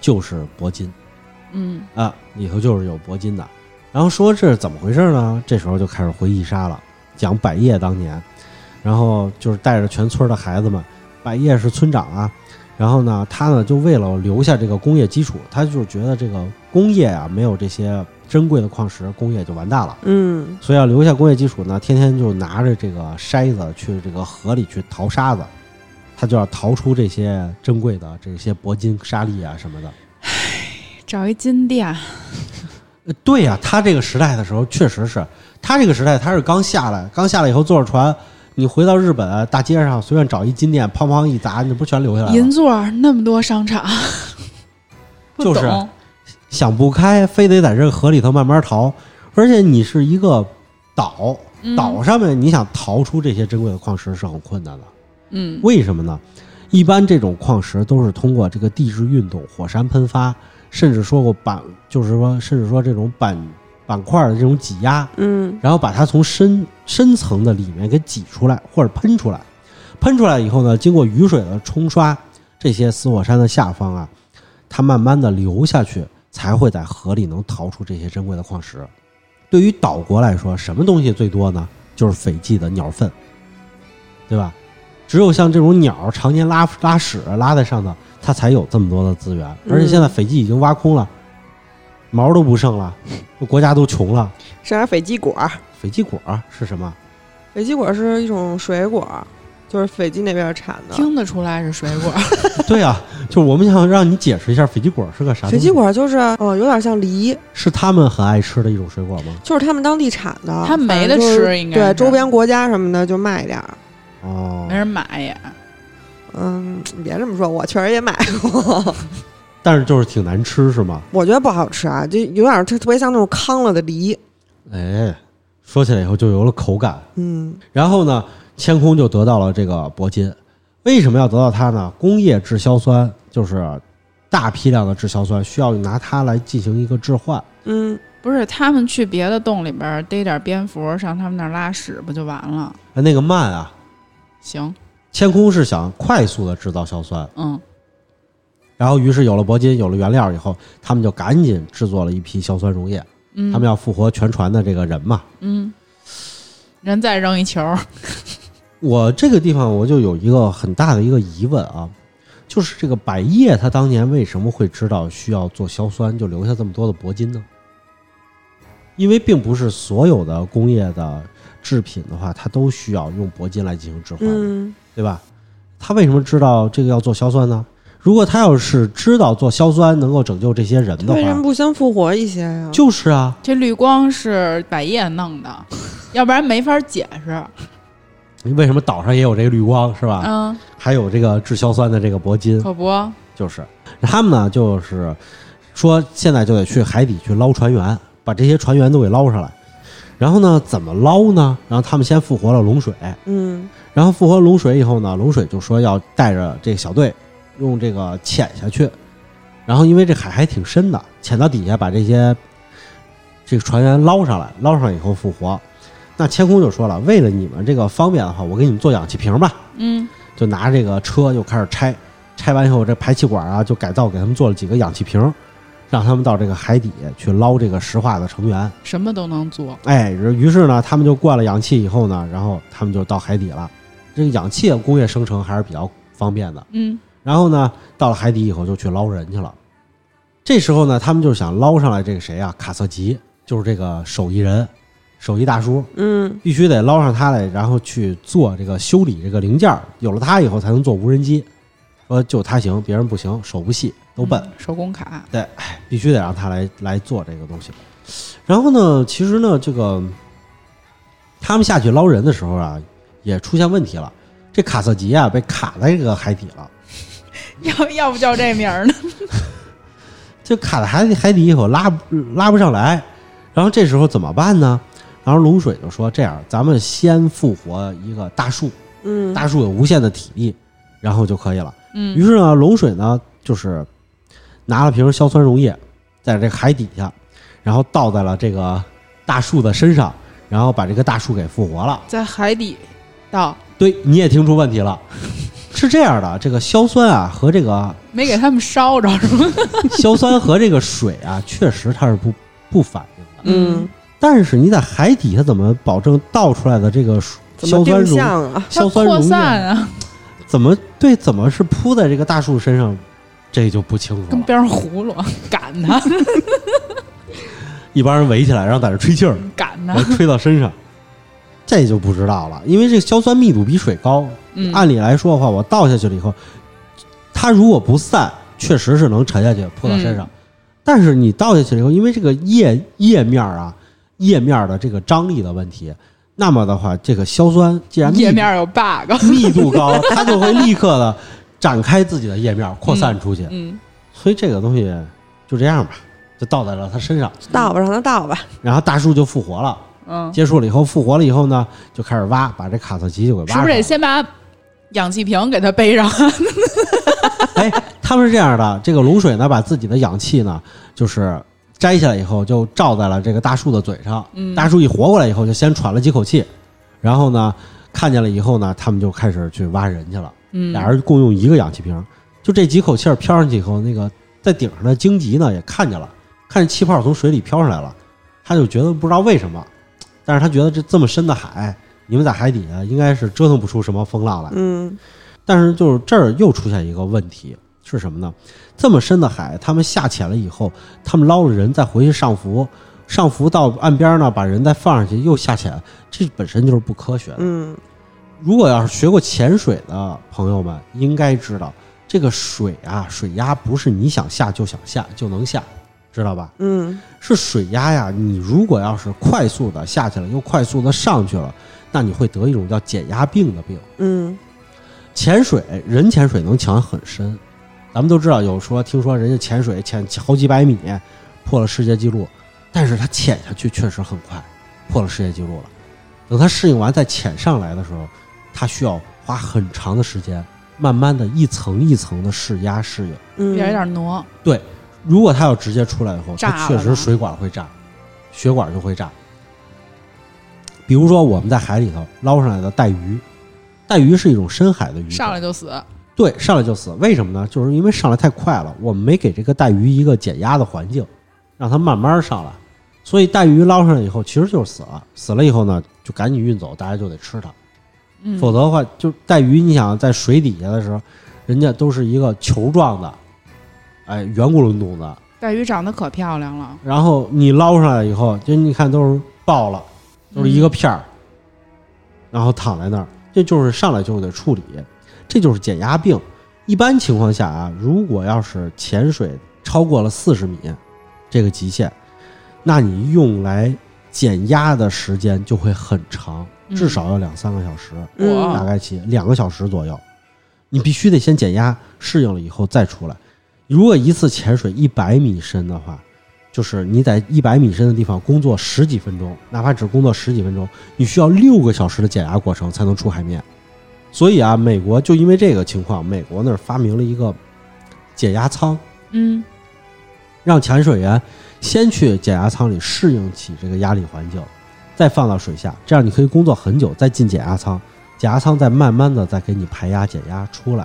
S3: 就是铂金
S2: 嗯
S3: 啊，里头就是有铂金的。然后说这是怎么回事呢？这时候就开始回忆杀了，讲百叶当年，然后就是带着全村的孩子们，百叶是村长啊，然后呢，他呢就为了留下这个工业基础，他就觉得这个工业啊没有这些珍贵的矿石，工业就完蛋了。
S4: 嗯
S3: 所以要留下工业基础呢，天天就拿着这个筛子去这个河里去淘沙子，他就要淘出这些珍贵的这些铂金、沙粒啊什么的。
S2: 找一金店，
S3: 呃对呀、他这个时代的时候确实是，他这个时代他是刚下来，刚下来以后坐着船，你回到日本啊大街上随便找一金店，砰砰一砸，你不全留下来
S2: 银
S3: 了？
S2: 座那么多商场， 不
S3: 就是
S2: 懂
S3: 想不开，非得在这个河里头慢慢淘，而且你是一个岛，
S2: 嗯
S3: 岛上面你想淘出这些珍贵的矿石是很困难的。
S2: 嗯
S3: 为什么呢？一般这种矿石都是通过这个地质运动、火山喷发，甚至说过板，就是说，甚至说这种板板块的这种挤压，
S4: 嗯
S3: 然后把它从深深层的里面给挤出来，或者喷出来。喷出来以后呢，经过雨水的冲刷，这些死火山的下方啊，它慢慢的流下去，才会在河里能淘出这些珍贵的矿石。对于岛国来说，什么东西最多呢？就是斐济的鸟粪，对吧？只有像这种鸟常年拉拉屎拉在上头，它才有这么多的资源。而且现在斐济已经挖空了，毛都不剩了，国家都穷了。
S4: 生点斐济果儿，
S3: 斐济果儿是什么？
S4: 斐济果儿是一种水果儿，就是斐济那边儿产的。
S2: 听得出来是水果，
S3: 对啊，就是我们想让你解释一下斐济果是个啥东西。
S4: 斐济果儿就是，嗯，有点像梨，
S3: 是他们很爱吃的一种水果吗？
S4: 就是他们当地产的，
S2: 他们没得
S4: 反正就是
S2: 吃应该是
S4: 对，周边国家什么的就卖点儿。
S3: 哦
S2: 没，人买也。
S4: 嗯，你别这么说，我确实也买过，
S3: 但是就是挺难吃是吗？
S4: 我觉得不好吃啊，就有点儿特特别像那种糠了的梨。
S3: 哎，说起来以后就有了口感。
S4: 嗯
S3: 然后呢，千空就得到了这个铂金。为什么要得到它呢？工业制硝酸就是大批量的制硝酸，需要拿它来进行一个置换。
S4: 嗯，
S2: 不是他们去别的洞里边儿逮点蝙蝠上他们那儿拉屎不就完了？
S3: 哎那个慢啊，
S2: 行，
S3: 千空是想快速的制造硝酸，
S2: 嗯
S3: 然后，于是有了铂金，有了原料以后，他们就赶紧制作了一批硝酸溶液。
S2: 嗯
S3: 他们要复活全船的这个人嘛。
S2: 嗯，人再扔一球儿，
S3: 我这个地方我就有一个很大的一个疑问啊，就是这个百叶他当年为什么会知道需要做硝酸，就留下这么多的铂金呢？因为并不是所有的工业的制品的话，它都需要用铂金来进行置换的。
S4: 嗯，
S3: 对吧？他为什么知道这个要做硝酸呢？如果他要是知道做硝酸能够拯救这些人的
S4: 为什么
S3: 话，
S4: 不先复活一些呀？
S3: 就是啊，
S2: 这绿光是百叶弄的， 要不然没法解释。
S3: 为什么岛上也有这个绿光是吧？
S2: 嗯，
S3: 还有这个制硝酸的这个铂金，
S2: 可不，
S3: 就是他们呢，就是说现在就得去海底去捞船员，把这些船员都给捞上来。然后呢，怎么捞呢？然后他们先复活了龙水，
S4: 嗯
S3: 然后复活龙水以后呢，龙水就说要带着这个小队用这个潜下去，然后因为这海还挺深的，潜到底下把这些这个船员捞上来，捞上来以后复活。那千空就说了，为了你们这个方便的话，我给你们做氧气瓶吧，
S2: 嗯
S3: 就拿这个车就开始拆，拆完以后这排气管啊就改造，给他们做了几个氧气瓶，让他们到这个海底去捞这个石化的成员。
S2: 什么都能做。
S3: 哎，于是呢，他们就灌了氧气以后呢，然后他们就到海底了。这个氧气的工业生成还是比较方便的。
S2: 嗯
S3: 然后呢，到了海底以后就去捞人去了。这时候呢，他们就想捞上来这个谁啊，卡瑟吉，就是这个手艺人，手艺大叔，
S4: 嗯
S3: 必须得捞上他来，然后去做这个修理这个零件儿。有了他以后，才能做无人机。说就他行，别人不行，手不细，都笨。
S2: 嗯手工卡，
S3: 必须得让他来来做这个东西。然后呢，其实呢，这个他们下去捞人的时候啊，也出现问题了。这卡瑟吉啊，被卡在这个海底了。
S2: 要要不叫这名儿呢？
S3: 这卡在海底海底以后拉不拉不上来，然后这时候怎么办呢？然后龙水就说：“这样，咱们先复活一个大树，
S4: 嗯
S3: 大树有无限的体力，然后就可以了。”于
S2: 嗯
S3: 是呢，龙水呢就是拿了瓶硝酸溶液，在这个海底下，然后倒在了这个大树的身上，然后把这个大树给复活了。
S2: 在海底到
S3: 对，你也听出问题了，是这样的，这个硝酸啊和这个
S2: 没给他们烧着是吗？
S3: 硝酸和这个水啊，确实它是不不反应的。
S4: 嗯，
S3: 但是你在海底，它怎么保证倒出来的这个
S4: 怎么
S3: 硝酸
S4: 定
S3: 溶
S4: 向啊？
S2: 它
S3: 硝酸
S2: 扩
S3: 溶液
S2: 散啊，
S3: 怎么对怎么是铺在这个大树身上，这就不清楚
S2: 跟
S3: 了。
S2: 边上葫 芦赶 它，
S3: 一帮人围起来，然后在这吹 气儿，
S2: 赶它
S3: 然。后吹到身上，这就不知道了。因为这个硝酸密度比水高，
S2: 嗯，
S3: 按理来说的话，我倒下去了以后，它如果不散，确实是能沉下去扑到身
S2: 嗯
S3: 上。但是你倒下去了以后，因为这个叶叶面儿啊，叶面儿的这个张力的问题，那么的话，这个硝酸既然密
S2: 页面有 bug。
S3: 密度高，它就会立刻的展开自己的叶面儿扩散出去。
S2: 嗯，
S3: 所以这个东西就这样吧，就倒在了它身上，
S4: 倒吧，让它倒吧。
S3: 然后大树就复活了。
S2: 嗯，
S3: 结束了以后，复活了以后呢，就开始挖，把这卡特奇就给
S2: 是
S3: 挖出来
S2: 不
S3: 了。
S2: 是得先把氧气瓶给它背上？
S3: 哎，他们是这样的，这个龙水呢，把自己的氧气呢，就是摘下来以后，就罩在了这个大树的嘴上。
S2: 嗯
S3: 大树一活过来以后，就先喘了几口气，然后呢，看见了以后呢，他们就开始去挖人去了。
S2: 嗯，
S3: 俩人共用一个氧气瓶，就这几口气儿飘上去以后，那个在顶上的荆棘呢也看见了，看见气泡从水里飘上来了，他就觉得不知道为什么，但是他觉得这这么深的海，你们在海底下应该是折腾不出什么风浪来。
S4: 嗯，
S3: 但是就是这儿又出现一个问题是什么呢？这么深的海，他们下潜了以后，他们捞了人再回去上浮，上浮到岸边呢，把人再放上去又下潜，这本身就是不科学的。
S4: 嗯，
S3: 如果要是学过潜水的朋友们，应该知道这个水啊，水压不是你想下就想下就能下，知道吧？
S4: 嗯，
S3: 是水压呀，你如果要是快速的下去了，又快速的上去了，那你会得一种叫减压病的病。
S4: 嗯，
S3: 潜水，人潜水能潜很深，咱们都知道有说听说人家潜水潜好几百米，破了世界纪录，但是他潜下去确实很快，破了世界纪录了。等他适应完再潜上来的时候，他需要花很长的时间，慢慢的一层一层的试压适应。
S4: 嗯，
S2: 有点挪。
S3: 如果他要直接出来以后，
S2: 炸
S3: 他确
S2: 了
S3: 实
S2: 吗
S3: 水管会炸，血管就会炸。比如说我们在海里头捞上来的带鱼，带鱼是一种深海的鱼种，
S2: 上来就死，
S3: 对，上来就死，为什么呢？就是因为上来太快了，我们没给这个带鱼一个减压的环境，让它慢慢上来，所以带鱼捞上来以后，其实就是死了。死了以后呢，就赶紧运走，大家就得吃它，
S2: 嗯，
S3: 否则的话，就带鱼，你想在水底下的时候，人家都是一个球状的，哎，圆咕隆咚的，
S2: 带鱼长得可漂亮了，
S3: 然后你捞上来以后，就你看都是爆了，都是一个片儿，然后躺在那儿，这就是上来就得处理，这就是减压病。一般情况下啊，如果要是潜水超过了四十米这个极限，那你用来减压的时间就会很长，
S2: 嗯
S3: 至少要两三个小时，
S2: 我
S3: 大
S4: 嗯，
S3: 概其两个小时左右。你必须得先减压，适应了以后再出来。如果一次潜水一百米深的话，就是你在一百米深的地方工作十几分钟，哪怕只工作十几分钟，你需要六个小时的减压过程才能出海面。所以啊，美国就因为这个情况，美国那儿发明了一个减压舱，
S2: 嗯
S3: 让潜水员先去减压舱里适应起这个压力环境，再放到水下，这样你可以工作很久，再进减压舱，减压舱再慢慢的再给你排压减压出来，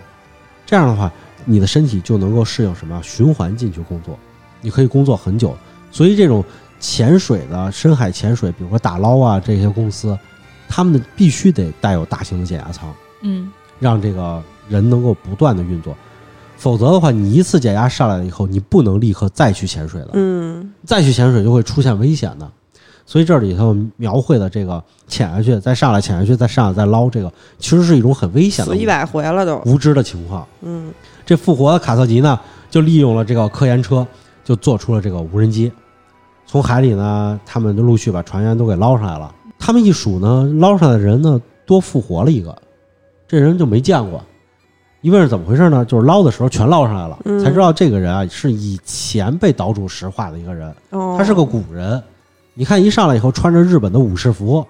S3: 这样的话，你的身体就能够适应什么循环进去工作，你可以工作很久。所以这种潜水的深海潜水，比如说打捞啊这些公司，他们的必须得带有大型的减压舱。
S2: 嗯，
S3: 让这个人能够不断的运作，否则的话，你一次减压上来了以后，你不能立刻再去潜水了，
S4: 嗯，
S3: 再去潜水就会出现危险的。所以这里头描绘的这个潜下去，再上来，潜下去，再上来，再捞，这个其实是一种很危险的
S4: 死一百回了都，
S3: 无知的情况。
S4: 嗯
S3: 这复活的卡特吉呢，就利用了这个科研车，就做出了这个无人机。从海里呢，他们就陆续把船员都给捞上来了。他们一数呢，捞上来的人呢多复活了一个，这人就没见过。一问是怎么回事呢？就是捞的时候全捞上来了，
S4: 嗯
S3: 才知道这个人啊是以前被岛主石化的一个人，
S4: 哦，
S3: 他是个古人。你看一上来以后穿着日本的武士服，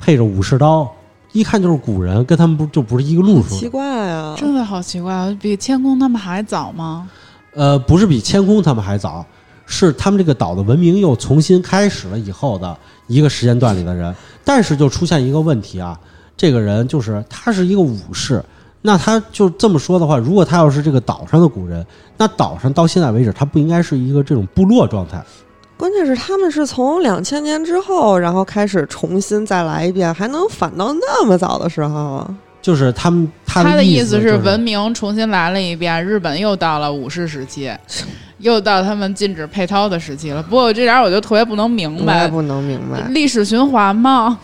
S3: 配着武士刀，一看就是古人，跟他们不就不是一个路数的
S4: 奇。怪啊，
S2: 真的好奇怪啊，比天宫他们还早吗？
S3: 呃，不是比千空他们还早，是他们这个岛的文明又重新开始了以后的一个时间段里的人。但是就出现一个问题啊，这个人就是他是一个武士，那他就这么说的话，如果他要是这个岛上的古人，那岛上到现在为止，他不应该是一个这种部落状态。
S4: 关键是他们是从两千年之后，然后开始重新再来一遍，还能反到那么早的时候？啊
S3: 就是他们他
S2: 他
S3: 的
S2: 的意思
S3: 就是
S2: 文明重新来了一遍，日本又到了武士时期，又到他们禁止配套的时期了。不过这点儿我就特别不能明
S4: 我也
S2: 白，
S4: 不能明白。
S2: 历史循环嘛，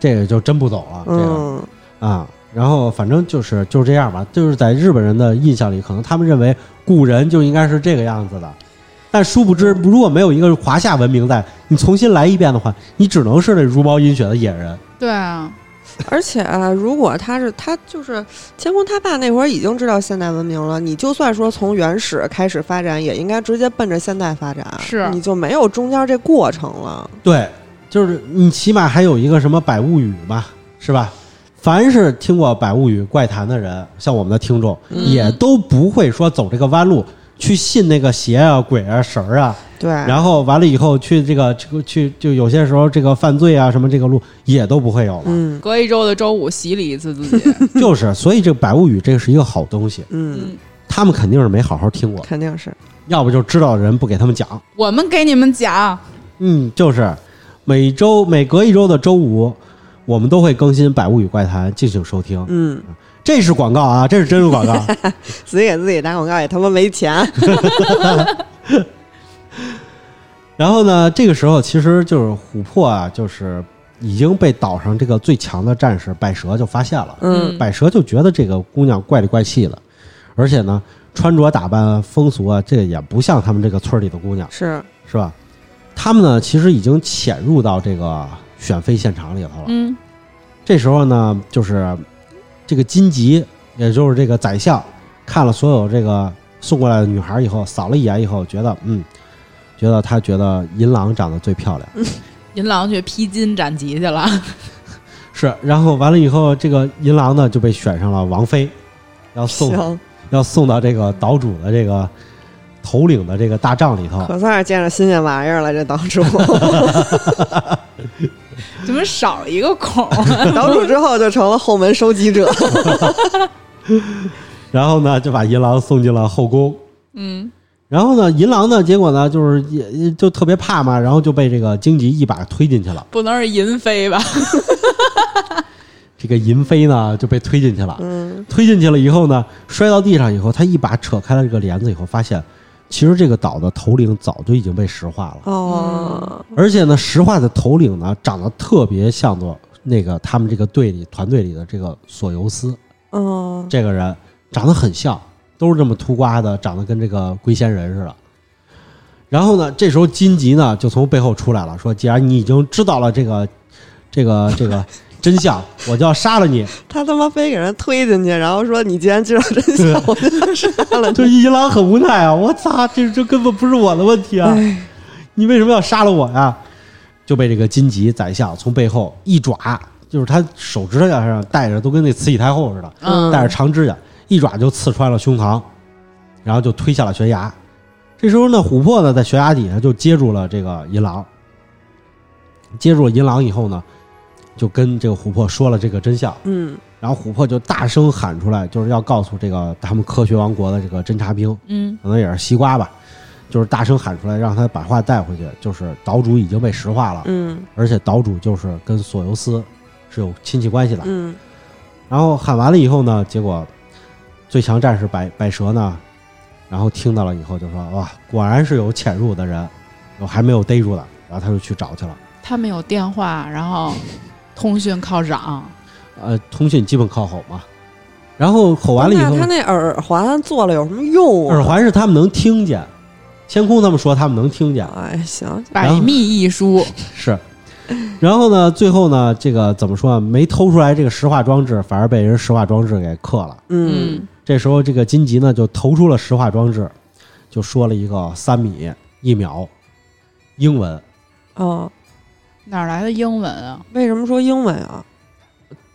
S3: 这个就真不懂了，这个、
S4: 嗯，
S3: 啊。然后反正就是就是这样吧，就是在日本人的印象里，可能他们认为古人就应该是这个样子的，但殊不知，如果没有一个华夏文明在，你重新来一遍的话，你只能是那茹毛饮血的野人。
S2: 对啊，
S4: 而且、啊如果他是他就是乾坤他爸那会儿已经知道现代文明了，你就算说从原始开始发展，也应该直接奔着现代发展，
S2: 是
S4: 你就没有中间这过程了。
S3: 对，就是你起码还有一个什么《百物语》嘛，是吧？凡是听过《百物语》怪谈的人，像我们的听众，
S4: 嗯
S3: 也都不会说走这个弯路去信那个邪啊、鬼啊、神儿啊，
S4: 对，
S3: 然后完了以后去这个这个去就有些时候这个犯罪啊什么这个路也都不会有了。
S4: 嗯
S2: 隔一周的周五洗礼一次自己。
S3: 就是，所以这个《百物语》这个是一个好东西，
S4: 嗯，
S2: 嗯，
S3: 他们肯定是没好好听过，
S4: 肯定是
S3: 要不就知道的人不给他们讲。
S2: 我们给你们讲，
S3: 嗯，就是每周每隔一周的周五，我们都会更新《百物语怪谈》，敬请收听。
S4: 嗯，
S3: 这是广告啊，这是真是广告。
S4: 自己给自己打广告也他妈没钱。
S3: 然后呢，这个时候其实就是琥珀啊，就是已经被岛上这个最强的战士百蛇就发现了。
S4: 嗯
S3: 百蛇就觉得这个姑娘怪里怪气的，而且呢，穿着打扮、风俗啊，这也不像他们这个村里的姑娘，
S4: 是，
S3: 是吧？他们呢，其实已经潜入到这个选妃现场里头了。
S2: 嗯，
S3: 这时候呢，就是这个金吉，也就是这个宰相，看了所有这个送过来的女孩以后，扫了一眼以后，觉得嗯，觉得他觉得银狼长得最漂亮，
S2: 银狼去披荆斩棘去了，
S3: 是。然后完了以后，这个银狼呢就被选上了王妃，要送
S4: 行，
S3: 要送到这个岛主的这个头领的这个大帐里头。
S4: 可算是见着新鲜玩意儿了。这岛 主，
S2: 怎么少一个孔？
S4: 岛主之后就成了后门收集 者。
S3: 然后呢，就把银狼送进了后宫。
S2: 嗯，
S3: 然后呢，银狼呢，结果呢，就是也也就特别怕嘛，然后就被这个荆棘一把推进去了。
S2: 不能是银妃吧？
S3: 这个银妃呢就被推进去了。
S4: 嗯，
S3: 推进去了以后呢，摔到地上以后，他一把扯开了这个帘子以后，发现其实这个岛的头领早就已经被石化了，
S4: 哦，
S3: 而且呢，石化的头领呢长得特别像做那个他们这个队里团队里的这个索尤斯
S4: 哦，
S3: 这个人长得很像，都是这么秃瓜的，长得跟这个龟仙人似的。然后呢，这时候金吉呢就从背后出来了，说：“既然你已经知道了这个这个这个真相，我就要杀了你。”
S4: 他他妈非给人推进去，然后说你既然知道真相，我就把杀了
S3: 对，
S4: 你。
S3: 伊朗很无奈啊！我操，这这根本不是我的问题啊！
S4: 哎，
S3: 你为什么要杀了我呀、就被这个金吉宰相从背后一爪，就是他手指甲上带着都跟那慈禧太后似的，
S4: 嗯
S3: 带着长指甲，一爪就刺穿了胸膛，然后就推下了悬崖。这时候呢，琥珀呢在悬崖底下就接住了这个银狼，接住了银狼以后呢，就跟这个琥珀说了这个真相。
S4: 嗯，
S3: 然后琥珀就大声喊出来，就是要告诉这个他们科学王国的这个侦察兵，
S2: 嗯，
S3: 可能也是西瓜吧，就是大声喊出来，让他把话带回去。就是岛主已经被石化了，
S4: 嗯
S3: 而且岛主就是跟索尤斯是有亲戚关系 的。
S4: 嗯
S3: 然后喊完了以后呢，结果最强战士百百蛇呢，然后听到了以后就说：“哇，果然是有潜入的人，有还没有逮住的。”然后他就去找去了。
S2: 他们有电话，然后通讯靠嚷，
S3: 呃，通讯基本靠吼嘛。然后吼完了以
S4: 那
S3: 后，
S4: 他那耳环做了有什么用啊？
S3: 耳环是他们能听见，天空他们说他们能听见，
S4: 哎，行，
S2: 百密一疏，
S3: 是。然后呢，最后呢，这个怎么说啊？没偷出来这个石化装置，反而被人石化装置给克了。
S4: 嗯
S2: 嗯，
S3: 这时候，这个金吉呢就投出了石化装置，就说了一个三米一秒，英文。
S4: 哦，
S2: 哪儿来的英文啊？
S4: 为什么说英文啊？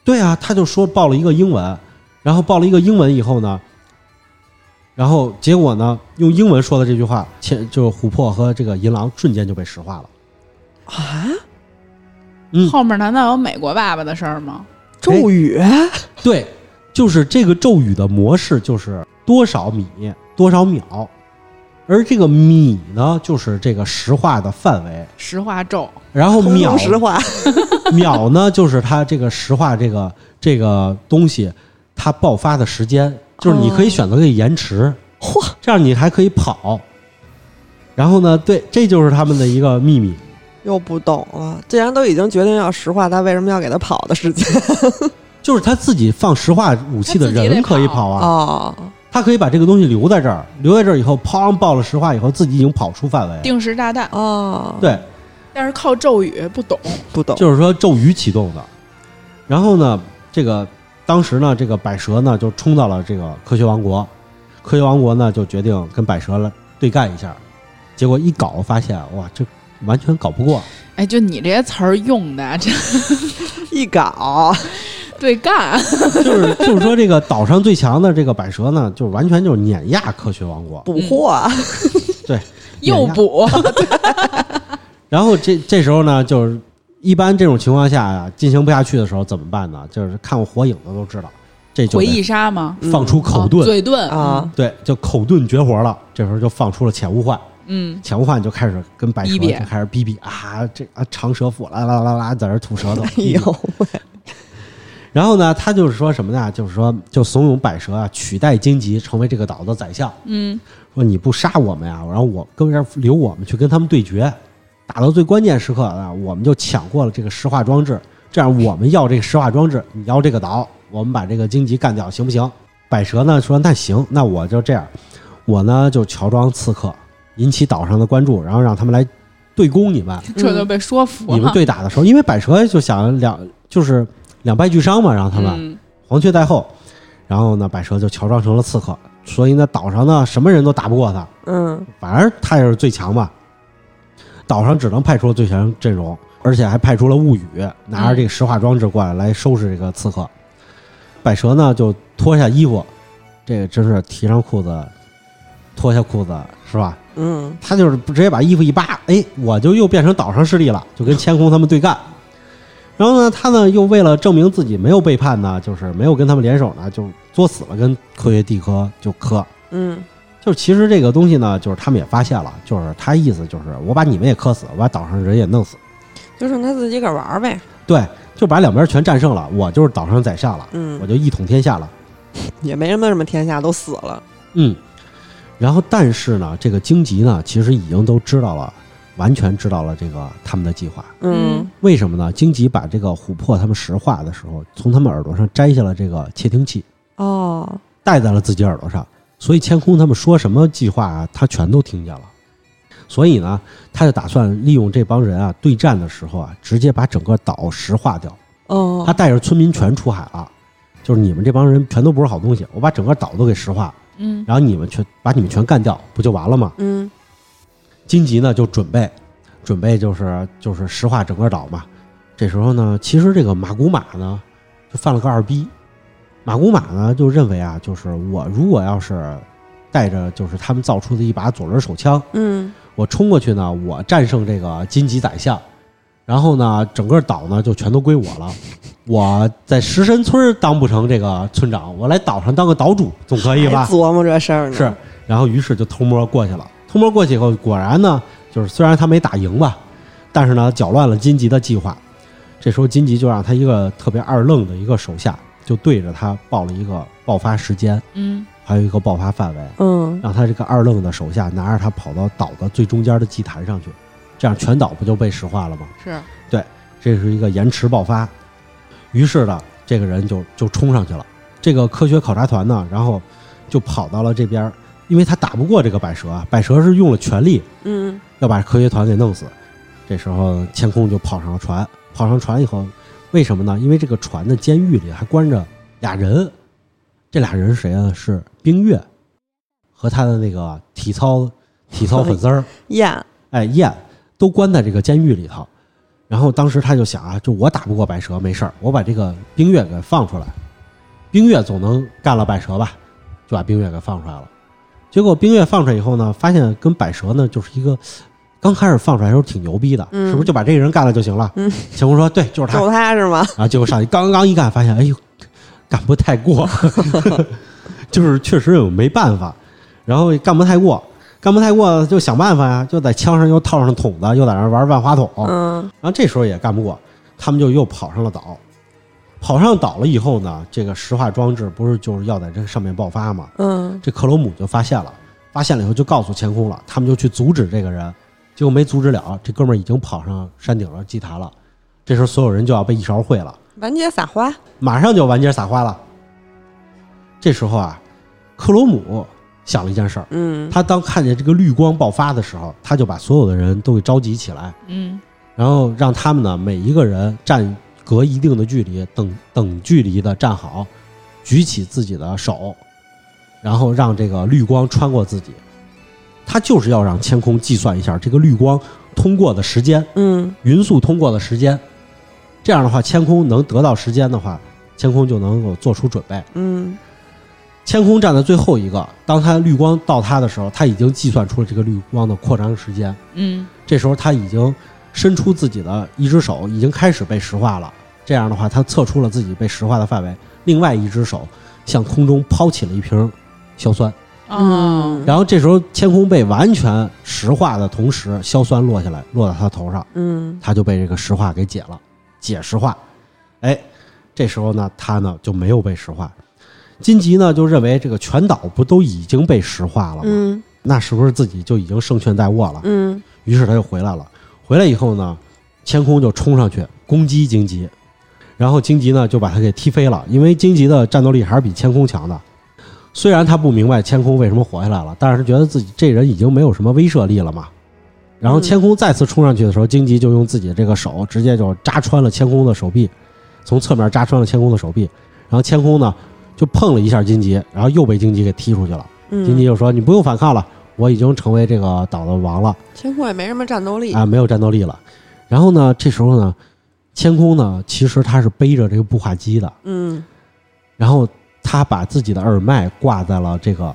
S3: 对啊，他就说报了一个英文，然后报了一个英文以后呢，然后结果呢，用英文说的这句话，前就是琥珀和这个银狼瞬间就被石化了。
S4: 啊，
S3: 嗯，哎
S2: 后面难道有美国爸爸的事儿吗？
S4: 咒语？
S3: 对，就是这个咒语的模式就是多少米多少秒，而这个米呢就是这个石化的范围，
S2: 石化咒，
S3: 然后
S4: 空
S3: 秒
S4: 中石化，
S3: 秒呢，就是它这个石化这个这个东西，它爆发的时间，就是你可
S2: 哦
S3: 以选择可以延迟，
S4: 嚯，
S3: 这样你还可以跑。然后呢，对，这就是他们的一个秘密。
S4: 又不懂了。既然都已经决定要石化，他为什么要给他跑的时间？
S3: 就是他自己放石化武器的
S2: 他自己得
S3: 人可以
S2: 跑
S3: 跑啊，
S4: 哦，
S3: 他可以把这个东西留在这儿，留在这儿以后，砰爆了石化以后，自己已经跑出范围。
S2: 定时炸弹，
S4: 哦，，
S3: 对，
S2: 但是靠咒语不懂，
S4: 不懂，
S3: 就是说咒语启动的。然后呢，这个当时呢，这个百蛇呢就冲到了这个科学王国，科学王国呢就决定跟百蛇来对干一下。结果一搞发现，哇，这完全搞不过。
S2: 哎，就你这些词儿用的，啊这
S4: 一搞，
S2: 对干，啊
S3: 就是就是说，这个岛上最强的这个百蛇呢，就完全就碾压科学王国。
S4: 补货，
S2: 又补，
S3: 然后这这时候呢，就是一般这种情况下呀、进行不下去的时候怎么办呢？就是看过火影的都知道，这就
S2: 回
S3: 得
S2: 忆杀吗？
S3: 放出口
S2: 啊
S3: 遁，
S2: 嘴遁
S4: 啊，
S3: 对，就口遁绝活了。这时候就放出了潜无患。
S2: 嗯，
S3: 钱无患就开始跟白蛇
S2: 逼
S3: 就
S2: 逼
S3: 开始逼逼啊，这啊长舌妇啦啦啦啦，在那儿吐 舌头。
S4: 哎呦，
S3: 然后呢，他就是说什么呢？就是说就怂恿百蛇啊取代荆棘成为这个岛的宰相。
S2: 嗯，
S3: 说你不杀我们呀、然后我跟这儿留我们去跟他们对决，打到最关键时刻啊，我们就抢过了这个石化装置。这样我们要这个石化装置，你要这个岛，我们把这个荆棘干掉，行不行？百蛇呢说那行，那我就这样，我呢就乔装刺客，引起岛上的关注，然后让他们来对攻你们。
S2: 这就被说服了。
S3: 你们对打的时候，因为百蛇就想两就是两败俱伤嘛，然后他们、
S2: 嗯
S3: 黄雀在后，然后呢，百蛇就乔装成了刺客，所以呢，岛上呢什么人都打不过他，
S4: 嗯，
S3: 反正他也是最强嘛。岛上只能派出了最强阵容，而且还派出了物语，拿着这个石化装置过来来收拾这个刺客。百蛇呢就脱下衣服，这个真是提上裤子，脱下裤子是吧？
S4: 嗯，
S3: 他就是直接把衣服一扒，哎，我就又变成岛上势力了，就跟千空他们对干。然后呢，他呢又为了证明自己没有背叛呢，就是没有跟他们联手呢，就作死了，跟科学帝科就磕。
S4: 嗯，
S3: 就其实这个东西呢，就是他们也发现了，就是他意思就是我把你们也磕死，我把岛上人也弄死，
S4: 就剩他自己个儿玩儿呗，
S3: 对，就把两边全战胜了，我就是岛上宰相了，
S4: 嗯
S3: 我，就一统天下了。
S4: 也没什么什么天下都死了，
S3: 嗯，然后但是呢，这个荆棘呢，其实已经都知道了，完全知道了这个他们的计划。
S4: 嗯，
S3: 为什么呢？荆棘把这个琥珀他们石化的时候，从他们耳朵上摘下了这个窃听器，
S4: 哦，
S3: 戴在了自己耳朵上，所以千空他们说什么计划啊，他全都听见了。所以呢，他就打算利用这帮人啊对战的时候啊，直接把整个岛石化掉。他
S4: 哦，
S3: 带着村民全出海了，就是你们这帮人全都不是好东西，我把整个岛都给石化，
S2: 嗯，
S3: 然后你们全把你们全干掉，不就完了吗？
S4: 嗯，
S3: 荆棘呢就准备，准备就是就是石化整个岛嘛。这时候呢，其实这个马古马呢啊就犯了个二逼，马古马呢就认为啊，就是我如果要是带着就是他们造出的一把左轮手枪，
S4: 嗯，
S3: 我冲过去呢，我战胜这个荆棘宰相，然后呢，整个岛呢就全都归我了。我在石神村当不成这个村长，我来岛上当个岛主总可以
S4: 还
S3: 哎吧？
S4: 琢磨这事儿呢，
S3: 是，然后于是就偷摸过去了。偷摸过去以后，果然呢，就是虽然他没打赢吧，但是呢，搅乱了金吉的计划。这时候金吉就让他一个特别二愣的一个手下，就对着他报了一个爆发时间，
S2: 嗯，
S3: 还有一个爆发范围，
S4: 嗯，
S3: 让他这个二愣的手下拿着他跑到岛的最中间的祭坛上去，这样全岛不就被石化了吗？
S2: 是
S3: 这是一个延迟爆发。于是呢，这个人就就冲上去了。这个科学考察团呢，然后就跑到了这边儿，因为他打不过这个百蛇啊，百蛇是用了全力
S4: 嗯，
S3: 要把科学团给弄死。这时候，千空就跑上了船，跑上船以后，为什么呢？因为这个船的监狱里还关着俩人，这俩人是谁啊？是冰月和他的那个体操体操粉丝儿。
S4: 燕，
S3: 哎燕都关在这个监狱里头。然后当时他就想啊，就我打不过白蛇没事儿，我把这个冰月给放出来，冰月总能干了百蛇吧，就把冰月给放出来了。结果冰月放出来以后呢，发现跟百蛇呢就是一个刚开始放出来的时候挺牛逼的，
S4: 嗯
S3: 是不是就把这个人干了就行了？
S4: 嗯
S3: 乾坤说对，就是他
S4: 就他是吗？
S3: 然后结果上去刚刚一干，发现哎呦，干不太过， 就是确实有没办法，然后干不太过，干不太过就想办法呀，就在枪上又套上筒子，又在那儿玩万花筒，
S4: 嗯
S3: 然后这时候也干不过，他们就又跑上了岛。跑上岛了以后呢，这个石化装置不是就是要在这上面爆发吗？
S4: 嗯
S3: 这克罗姆就发现了，发现了以后就告诉乾空了，他们就去阻止这个人，结果没阻止了，这哥们儿已经跑上山顶了祭坛了。这时候所有人就要被一勺烩了，
S4: 丸姐撒花，
S3: 马上就完结撒花了。这时候啊，克罗姆想了一件事儿，
S4: 嗯
S3: 他当看见这个绿光爆发的时候，他就把所有的人都给召集起来，
S2: 嗯
S3: 然后让他们呢每一个人站隔一定的距离，等等距离的站好，举起自己的手，然后让这个绿光穿过自己。他就是要让千空计算一下这个绿光通过的时间，
S4: 嗯
S3: 匀速通过的时间。这样的话，千空能得到时间的话，千空就能够做出准备。
S4: 嗯
S3: 千空站在最后一个，当他绿光到他的时候，他已经计算出了这个绿光的扩张时间。
S2: 嗯
S3: 这时候他已经伸出自己的一只手，已经开始被石化了。这样的话，他测出了自己被石化的范围，另外一只手向空中抛起了一瓶硝酸。
S2: 哦，
S3: 然后这时候，千空被完全石化的同时，硝酸落下来，落到他头上，
S4: 嗯
S3: 他就被这个石化给解了，解石化。哎，这时候呢，他呢就没有被石化。金吉呢就认为这个全岛不都已经被石化了吗？
S4: 嗯
S3: 那是不是自己就已经胜券在握了？
S4: 嗯
S3: 于是他就回来了。回来以后呢，千空就冲上去攻击荆棘，然后荆棘呢就把他给踢飞了，因为荆棘的战斗力还是比千空强的。虽然他不明白千空为什么活下来了，但是他觉得自己这人已经没有什么威慑力了嘛。然后千空再次冲上去的时候，荆棘就用自己这个手直接就扎穿了千空的手臂，从侧面扎穿了千空的手臂。然后千空呢就碰了一下荆棘，然后又被荆棘给踢出去了。荆棘
S4: 嗯，
S3: 就说：“你不用反抗了，我已经成为这个岛的王了。”
S4: 千空也没什么战斗力，
S3: 啊，没有战斗力了。然后呢，这时候呢，千空呢，其实他是背着这个步话机的，
S4: 嗯
S3: 然后他把自己的耳麦挂在了这个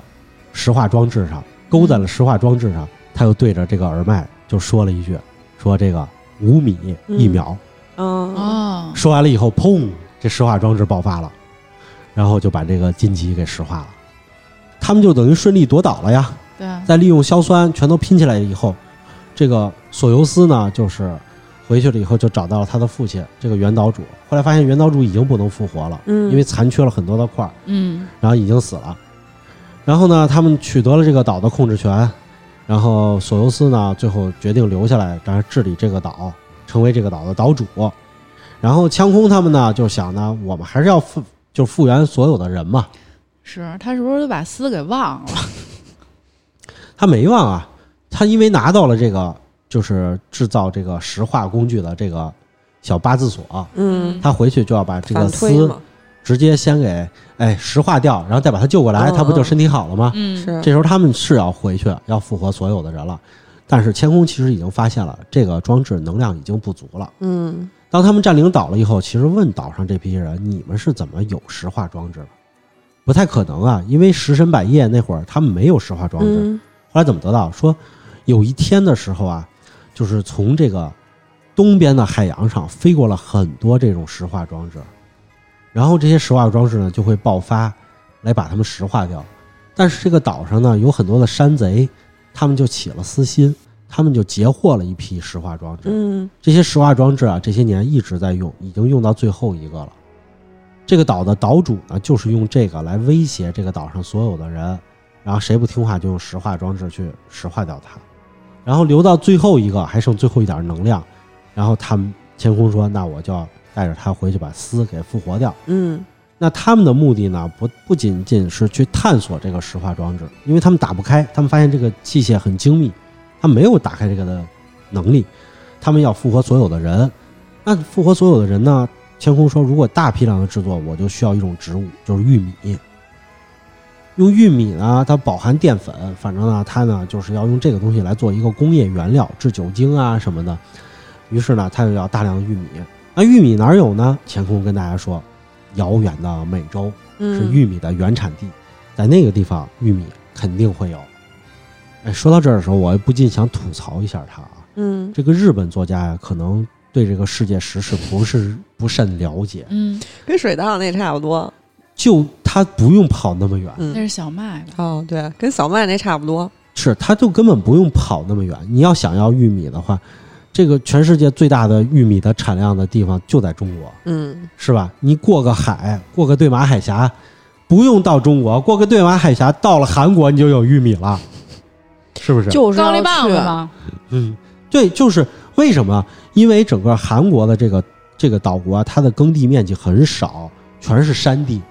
S3: 石化装置上，勾在了石化装置上，他又对着这个耳麦就说了一句，说这个五米一秒。
S4: 嗯
S2: 哦，
S3: 说完了以后，砰，这石化装置爆发了，然后就把这个金棘给石化了。他们就等于顺利夺岛了呀。
S2: 对，啊
S3: 再利用硝酸全都拼起来以后，这个索尤斯呢，就是回去了以后就找到了他的父亲，这个原岛主。后来发现原岛主已经不能复活了，
S4: 嗯，
S3: 因为残缺了很多的块儿，
S2: 嗯
S3: 然后已经死了。然后呢，他们取得了这个岛的控制权，然后索尤斯呢，最后决定留下来，然后治理这个岛，成为这个岛的岛主。然后枪空他们呢，就想呢，我们还是要复，就复原所有的人嘛。
S2: 是他是不是都把丝给忘了？
S3: 他没忘啊，他因为拿到了这个就是制造这个石化工具的这个小八字锁，
S4: 嗯
S3: 他回去就要把这个
S4: 反推
S3: 丝
S4: 嘛，
S3: 直接先给哎石化掉，然后再把他救过来，
S4: 嗯
S3: 他不就身体好了吗？
S2: 嗯
S4: 是
S3: 这时候他们是要回去要复活所有的人了，但是千空其实已经发现了这个装置能量已经不足了。
S4: 嗯
S3: 当他们占领岛了以后，其实问岛上这批人，你们是怎么有石化装置的？不太可能啊，因为石神百叶那会儿他们没有石化装置，
S4: 嗯
S3: 后来怎么得到？说有一天的时候啊，就是从这个东边的海洋上飞过了很多这种石化装置，然后这些石化装置呢就会爆发，来把它们石化掉。但是这个岛上呢有很多的山贼，他们就起了私心，他们就截获了一批石化装置。
S4: 嗯
S3: 这些石化装置啊，这些年一直在用，已经用到最后一个了。这个岛的岛主呢，就是用这个来威胁这个岛上所有的人，然后谁不听话就用石化装置去石化掉它，然后留到最后一个还剩最后一点能量，然后他们天空说：“那我就要带着他回去把丝给复活掉。”
S4: 嗯
S3: 那他们的目的呢，不不仅仅是去探索这个石化装置，因为他们打不开，他们发现这个器械很精密，他没有打开这个的能力，他们要复活所有的人。那复活所有的人呢？天空说，如果大批量的制作，我就需要一种植物，就是玉米。用玉米呢，它饱含淀粉，反正呢，它呢就是要用这个东西来做一个工业原料，制酒精啊什么的。于是呢，它就要大量的玉米。那玉米哪有呢？天空跟大家说，遥远的美洲
S4: 嗯
S3: 是玉米的原产地，在那个地方玉米肯定会有。哎，说到这儿的时候，我不禁想吐槽一下他啊，
S4: 嗯，
S3: 这个日本作家呀，可能对这个世界时事不是不甚了解。
S2: 嗯，
S4: 跟水稻那差不多，
S3: 就他不用跑那么远，
S2: 那
S4: 嗯，
S2: 是小麦吧？
S4: 哦，对，跟小麦那差不多。
S3: 是他就根本不用跑那么远。你要想要玉米的话，这个全世界最大的玉米的产量的地方就在中国，
S4: 嗯，
S3: 是吧？你过个海，过个对马海峡，不用到中国，过个对马海峡到了韩国你就有玉米了，是不是？
S4: 就是
S2: 高
S4: 要
S2: 丽棒子
S4: 去啊
S2: 吗？
S3: 嗯，对，就是为什么？因为整个韩国的这个这个岛国啊，它的耕地面积很少，全是山地，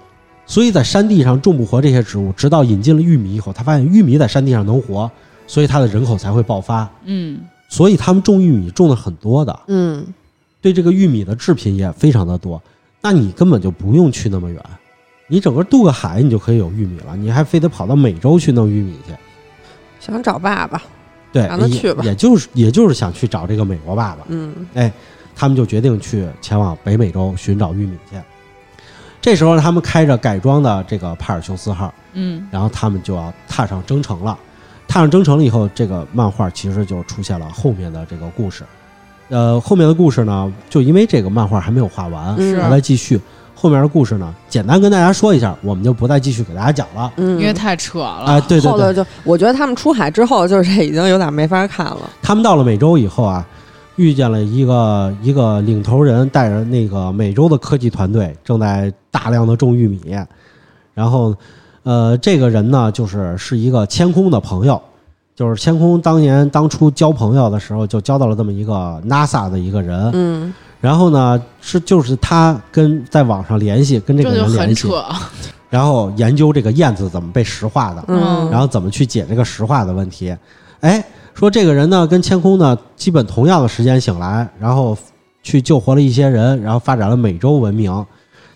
S3: 所以在山地上种不活这些植物。直到引进了玉米以后，他发现玉米在山地上能活，所以它的人口才会爆发。
S2: 嗯，
S3: 所以他们种玉米种的很多的，
S4: 嗯，
S3: 对这个玉米的制品也非常的多。那你根本就不用去那么远，你整个渡个海你就可以有玉米了，你还非得跑到美洲去弄玉米去？
S4: 想找爸爸。
S3: 对，
S4: 让他
S3: 也
S4: 去吧
S3: 也就是也就是想去找这个美国爸爸。
S4: 嗯
S3: 他们就决定去前往北美洲寻找玉米去。这时候呢，他们开着改装的这个帕尔修斯号，
S2: 嗯，
S3: 然后他们就要踏上征程了。踏上征程了以后，这个漫画其实就出现了后面的这个故事。呃，后面的故事呢，就因为这个漫画还没有画完，
S2: 嗯
S4: 是
S3: 还在继续。后面的故事呢，简单跟大家说一下，我们就不再继续给大家讲了。
S4: 嗯，
S2: 因为太扯了。
S3: 啊、对对
S4: 后
S3: 对
S4: 头，就我觉得他们出海之后，就是已经有点没法看了。
S3: 他们到了美洲以后啊，遇见了一个一个领头人，带着那个美洲的科技团队，正在大量的种玉米。然后，呃，这个人呢，就是是一个千空的朋友，就是千空当年当初交朋友的时候，就交到了这么一个 NASA 的一个人。
S4: 嗯，
S3: 然后呢，是就是他跟在网上联系，跟这个
S2: 这就
S3: 人
S2: 很
S3: 联系，
S2: 扯，
S3: 然后研究这个燕子怎么被石化的。
S2: 嗯
S3: 然后怎么去解这个石化的问题。哎，说这个人呢跟千空呢基本同样的时间醒来，然后去救活了一些人，然后发展了美洲文明。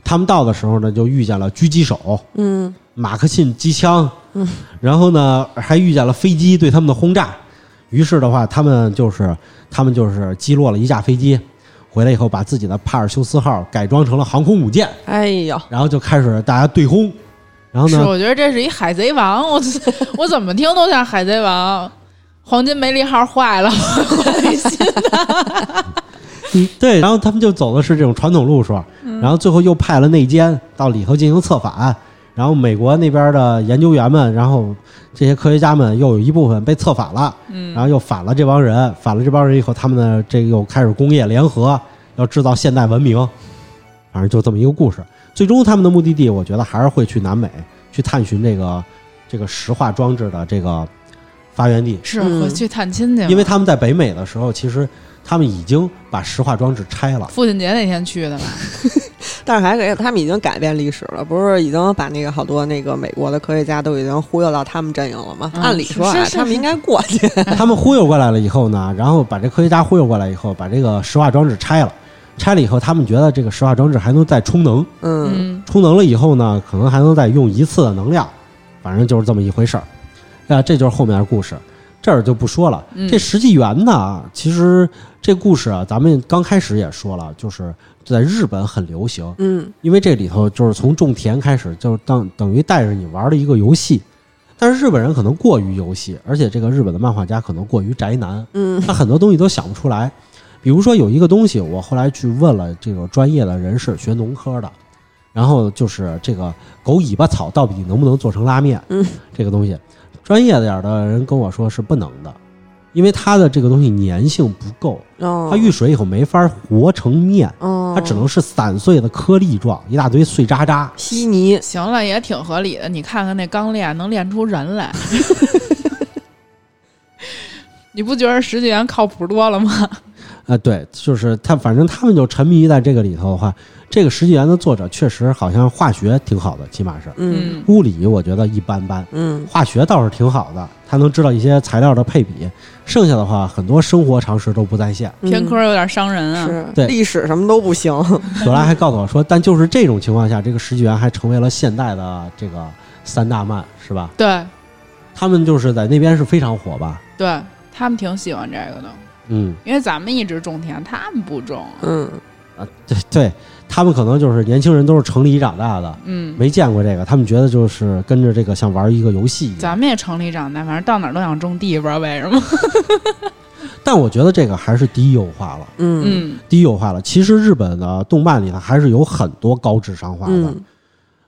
S3: 他们到的时候呢，就遇见了狙击手
S4: 嗯
S3: 马克沁机枪，
S4: 嗯，
S3: 然后呢还遇见了飞机对他们的轰炸。于是的话，他们就是他们就是击落了一架飞机，回来以后把自己的帕尔修斯号改装成了航空母舰，
S4: 哎呦，
S3: 然后就开始大家对轰。然后
S2: 是，
S3: 呢，
S2: 我觉得这是一海贼王，我我怎么听都像海贼王。黄金梅利号坏了，换一新
S3: 嗯，对，然后他们就走的是这种传统路数，然后最后又派了内奸到里头进行策反，然后美国那边的研究员们，然后这些科学家们又有一部分被策反了，然后又反了这帮人，反了这帮人以后，他们呢这个又开始工业联合，要制造现代文明，反正就这么一个故事。最终他们的目的地，我觉得还是会去南美，去探寻这个这个石化装置的这个发源地。
S2: 是
S4: 嗯
S2: 我去探亲去嘛，
S3: 因为他们在北美的时候，其实他们已经把石化装置拆了。
S2: 父亲节那天去的吧？
S4: 但是还给他们已经改变历史了，不是已经把那个好多那个美国的科学家都已经忽悠到他们阵营了吗？
S2: 嗯
S4: 按理说啊，
S2: 是是是
S4: 他们应该过 去。
S3: 他们忽悠过来了以后呢，然后把这科学家忽悠过来以后，把这个石化装置拆了，拆了以后，他们觉得这个石化装置还能再充能，
S4: 嗯
S2: 嗯，
S3: 充能了以后呢，可能还能再用一次的能量，反正就是这么一回事儿。啊，这就是后面的故事，这儿就不说了。
S2: 嗯
S3: 这实际源呢，其实这故事啊，咱们刚开始也说了，就是在日本很流行，
S4: 嗯
S3: 因为这里头就是从种田开始，就是当等于带着你玩的一个游戏。但是日本人可能过于游戏，而且这个日本的漫画家可能过于宅男，
S4: 嗯
S3: 他很多东西都想不出来。比如说有一个东西，我后来去问了这个专业的人士，学农科的，然后就是这个狗尾巴草到底能不能做成拉面？
S4: 嗯，
S3: 这个东西，专业点儿的人跟我说是不能的，因为它的这个东西粘性不够，
S4: 哦，
S3: 它遇水以后没法和成面，
S4: 哦，
S3: 它只能是散碎的颗粒状，一大堆碎渣渣。
S4: 稀泥。
S2: 行了，也挺合理的。你看看那钢炼能炼出人来， 你不觉得十几元靠谱多了吗？
S3: 啊，对，就是他，反正他们就沉迷在这个里头的话，这个《十纪元》的作者确实好像化学挺好的，起码是
S4: 嗯
S2: 嗯，
S3: 物理我觉得一般般，
S4: 嗯
S3: 化学倒是挺好的，他能知道一些材料的配比，剩下的话很多生活常识都不在线。
S2: 偏科有点伤人啊。
S4: 嗯是
S3: 对
S4: 历史什么都不行。
S3: 朵拉还告诉我说，但就是这种情况下，这个《十纪元》还成为了现代的这个三大漫，是吧？
S2: 对
S3: 他们就是在那边是非常火吧？
S2: 对，他们挺喜欢这个的，
S3: 嗯，
S2: 因为咱们一直种田，他们不种。
S4: 嗯
S3: 啊，对对，他们可能就是年轻人都是城里长大的，
S2: 嗯，
S3: 没见过这个，他们觉得就是跟着这个像玩一个游戏一样。
S2: 咱们也城里长大，反正到哪儿都想种地，不知道为什么。
S3: 但我觉得这个还是低幼化了，
S4: 嗯
S2: 嗯
S3: 低幼化了。其实日本的动漫里头还是有很多高智商化的，
S4: 嗯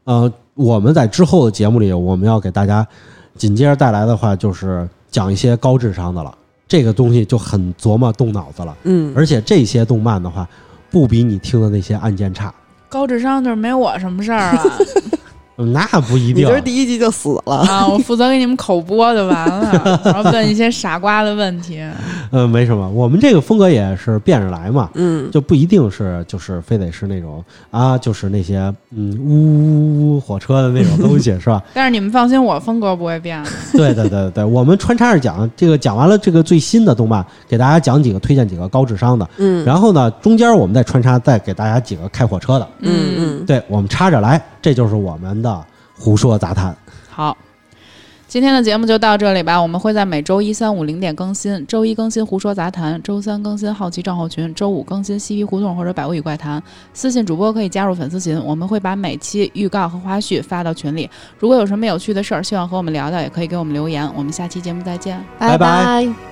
S3: 呃，我们在之后的节目里，我们要给大家紧接着带来的话，就是讲一些高智商的了。这个东西就很琢磨动脑子了，
S4: 嗯，
S3: 而且这些动漫的话，不比你听的那些案件差。
S2: 高智商就是没我什么事儿啊
S3: 嗯那不一
S4: 你
S3: 定
S4: 这，是第一集就死了，
S2: 啊！我负责给你们口播就完了，然后问一些傻瓜的问题。
S3: 呃，没什么。我们这个风格也是变着来嘛，
S4: 嗯，
S3: 就不一定是就是非得是那种啊，就是那些嗯呜呜呜火车的那种东西， 是吧？
S2: 但是你们放心，我风格不会变的。
S3: 对对对对对，我们穿插着讲，这个讲完了这个最新的动漫，给大家讲几个推荐几个高智商的，
S4: 嗯，
S3: 然后呢，中间我们再穿插再给大家几个开火车的，
S4: 嗯嗯，
S3: 对我们插着来，这就是我们的胡说杂谈。
S2: 好，今天的节目就到这里吧。我们会在每周一、三、五零点更新，周一更新《胡说杂谈》，周三更新《好奇账号群》，周五更新《西皮胡同》或者《百物语怪谈》。私信主播可以加入粉丝群，我们会把每期预告和花絮发到群里。如果有什么有趣的事儿，希望和我们聊聊，也可以给我们留言。我们下期节目再见。
S3: 拜拜
S5: 拜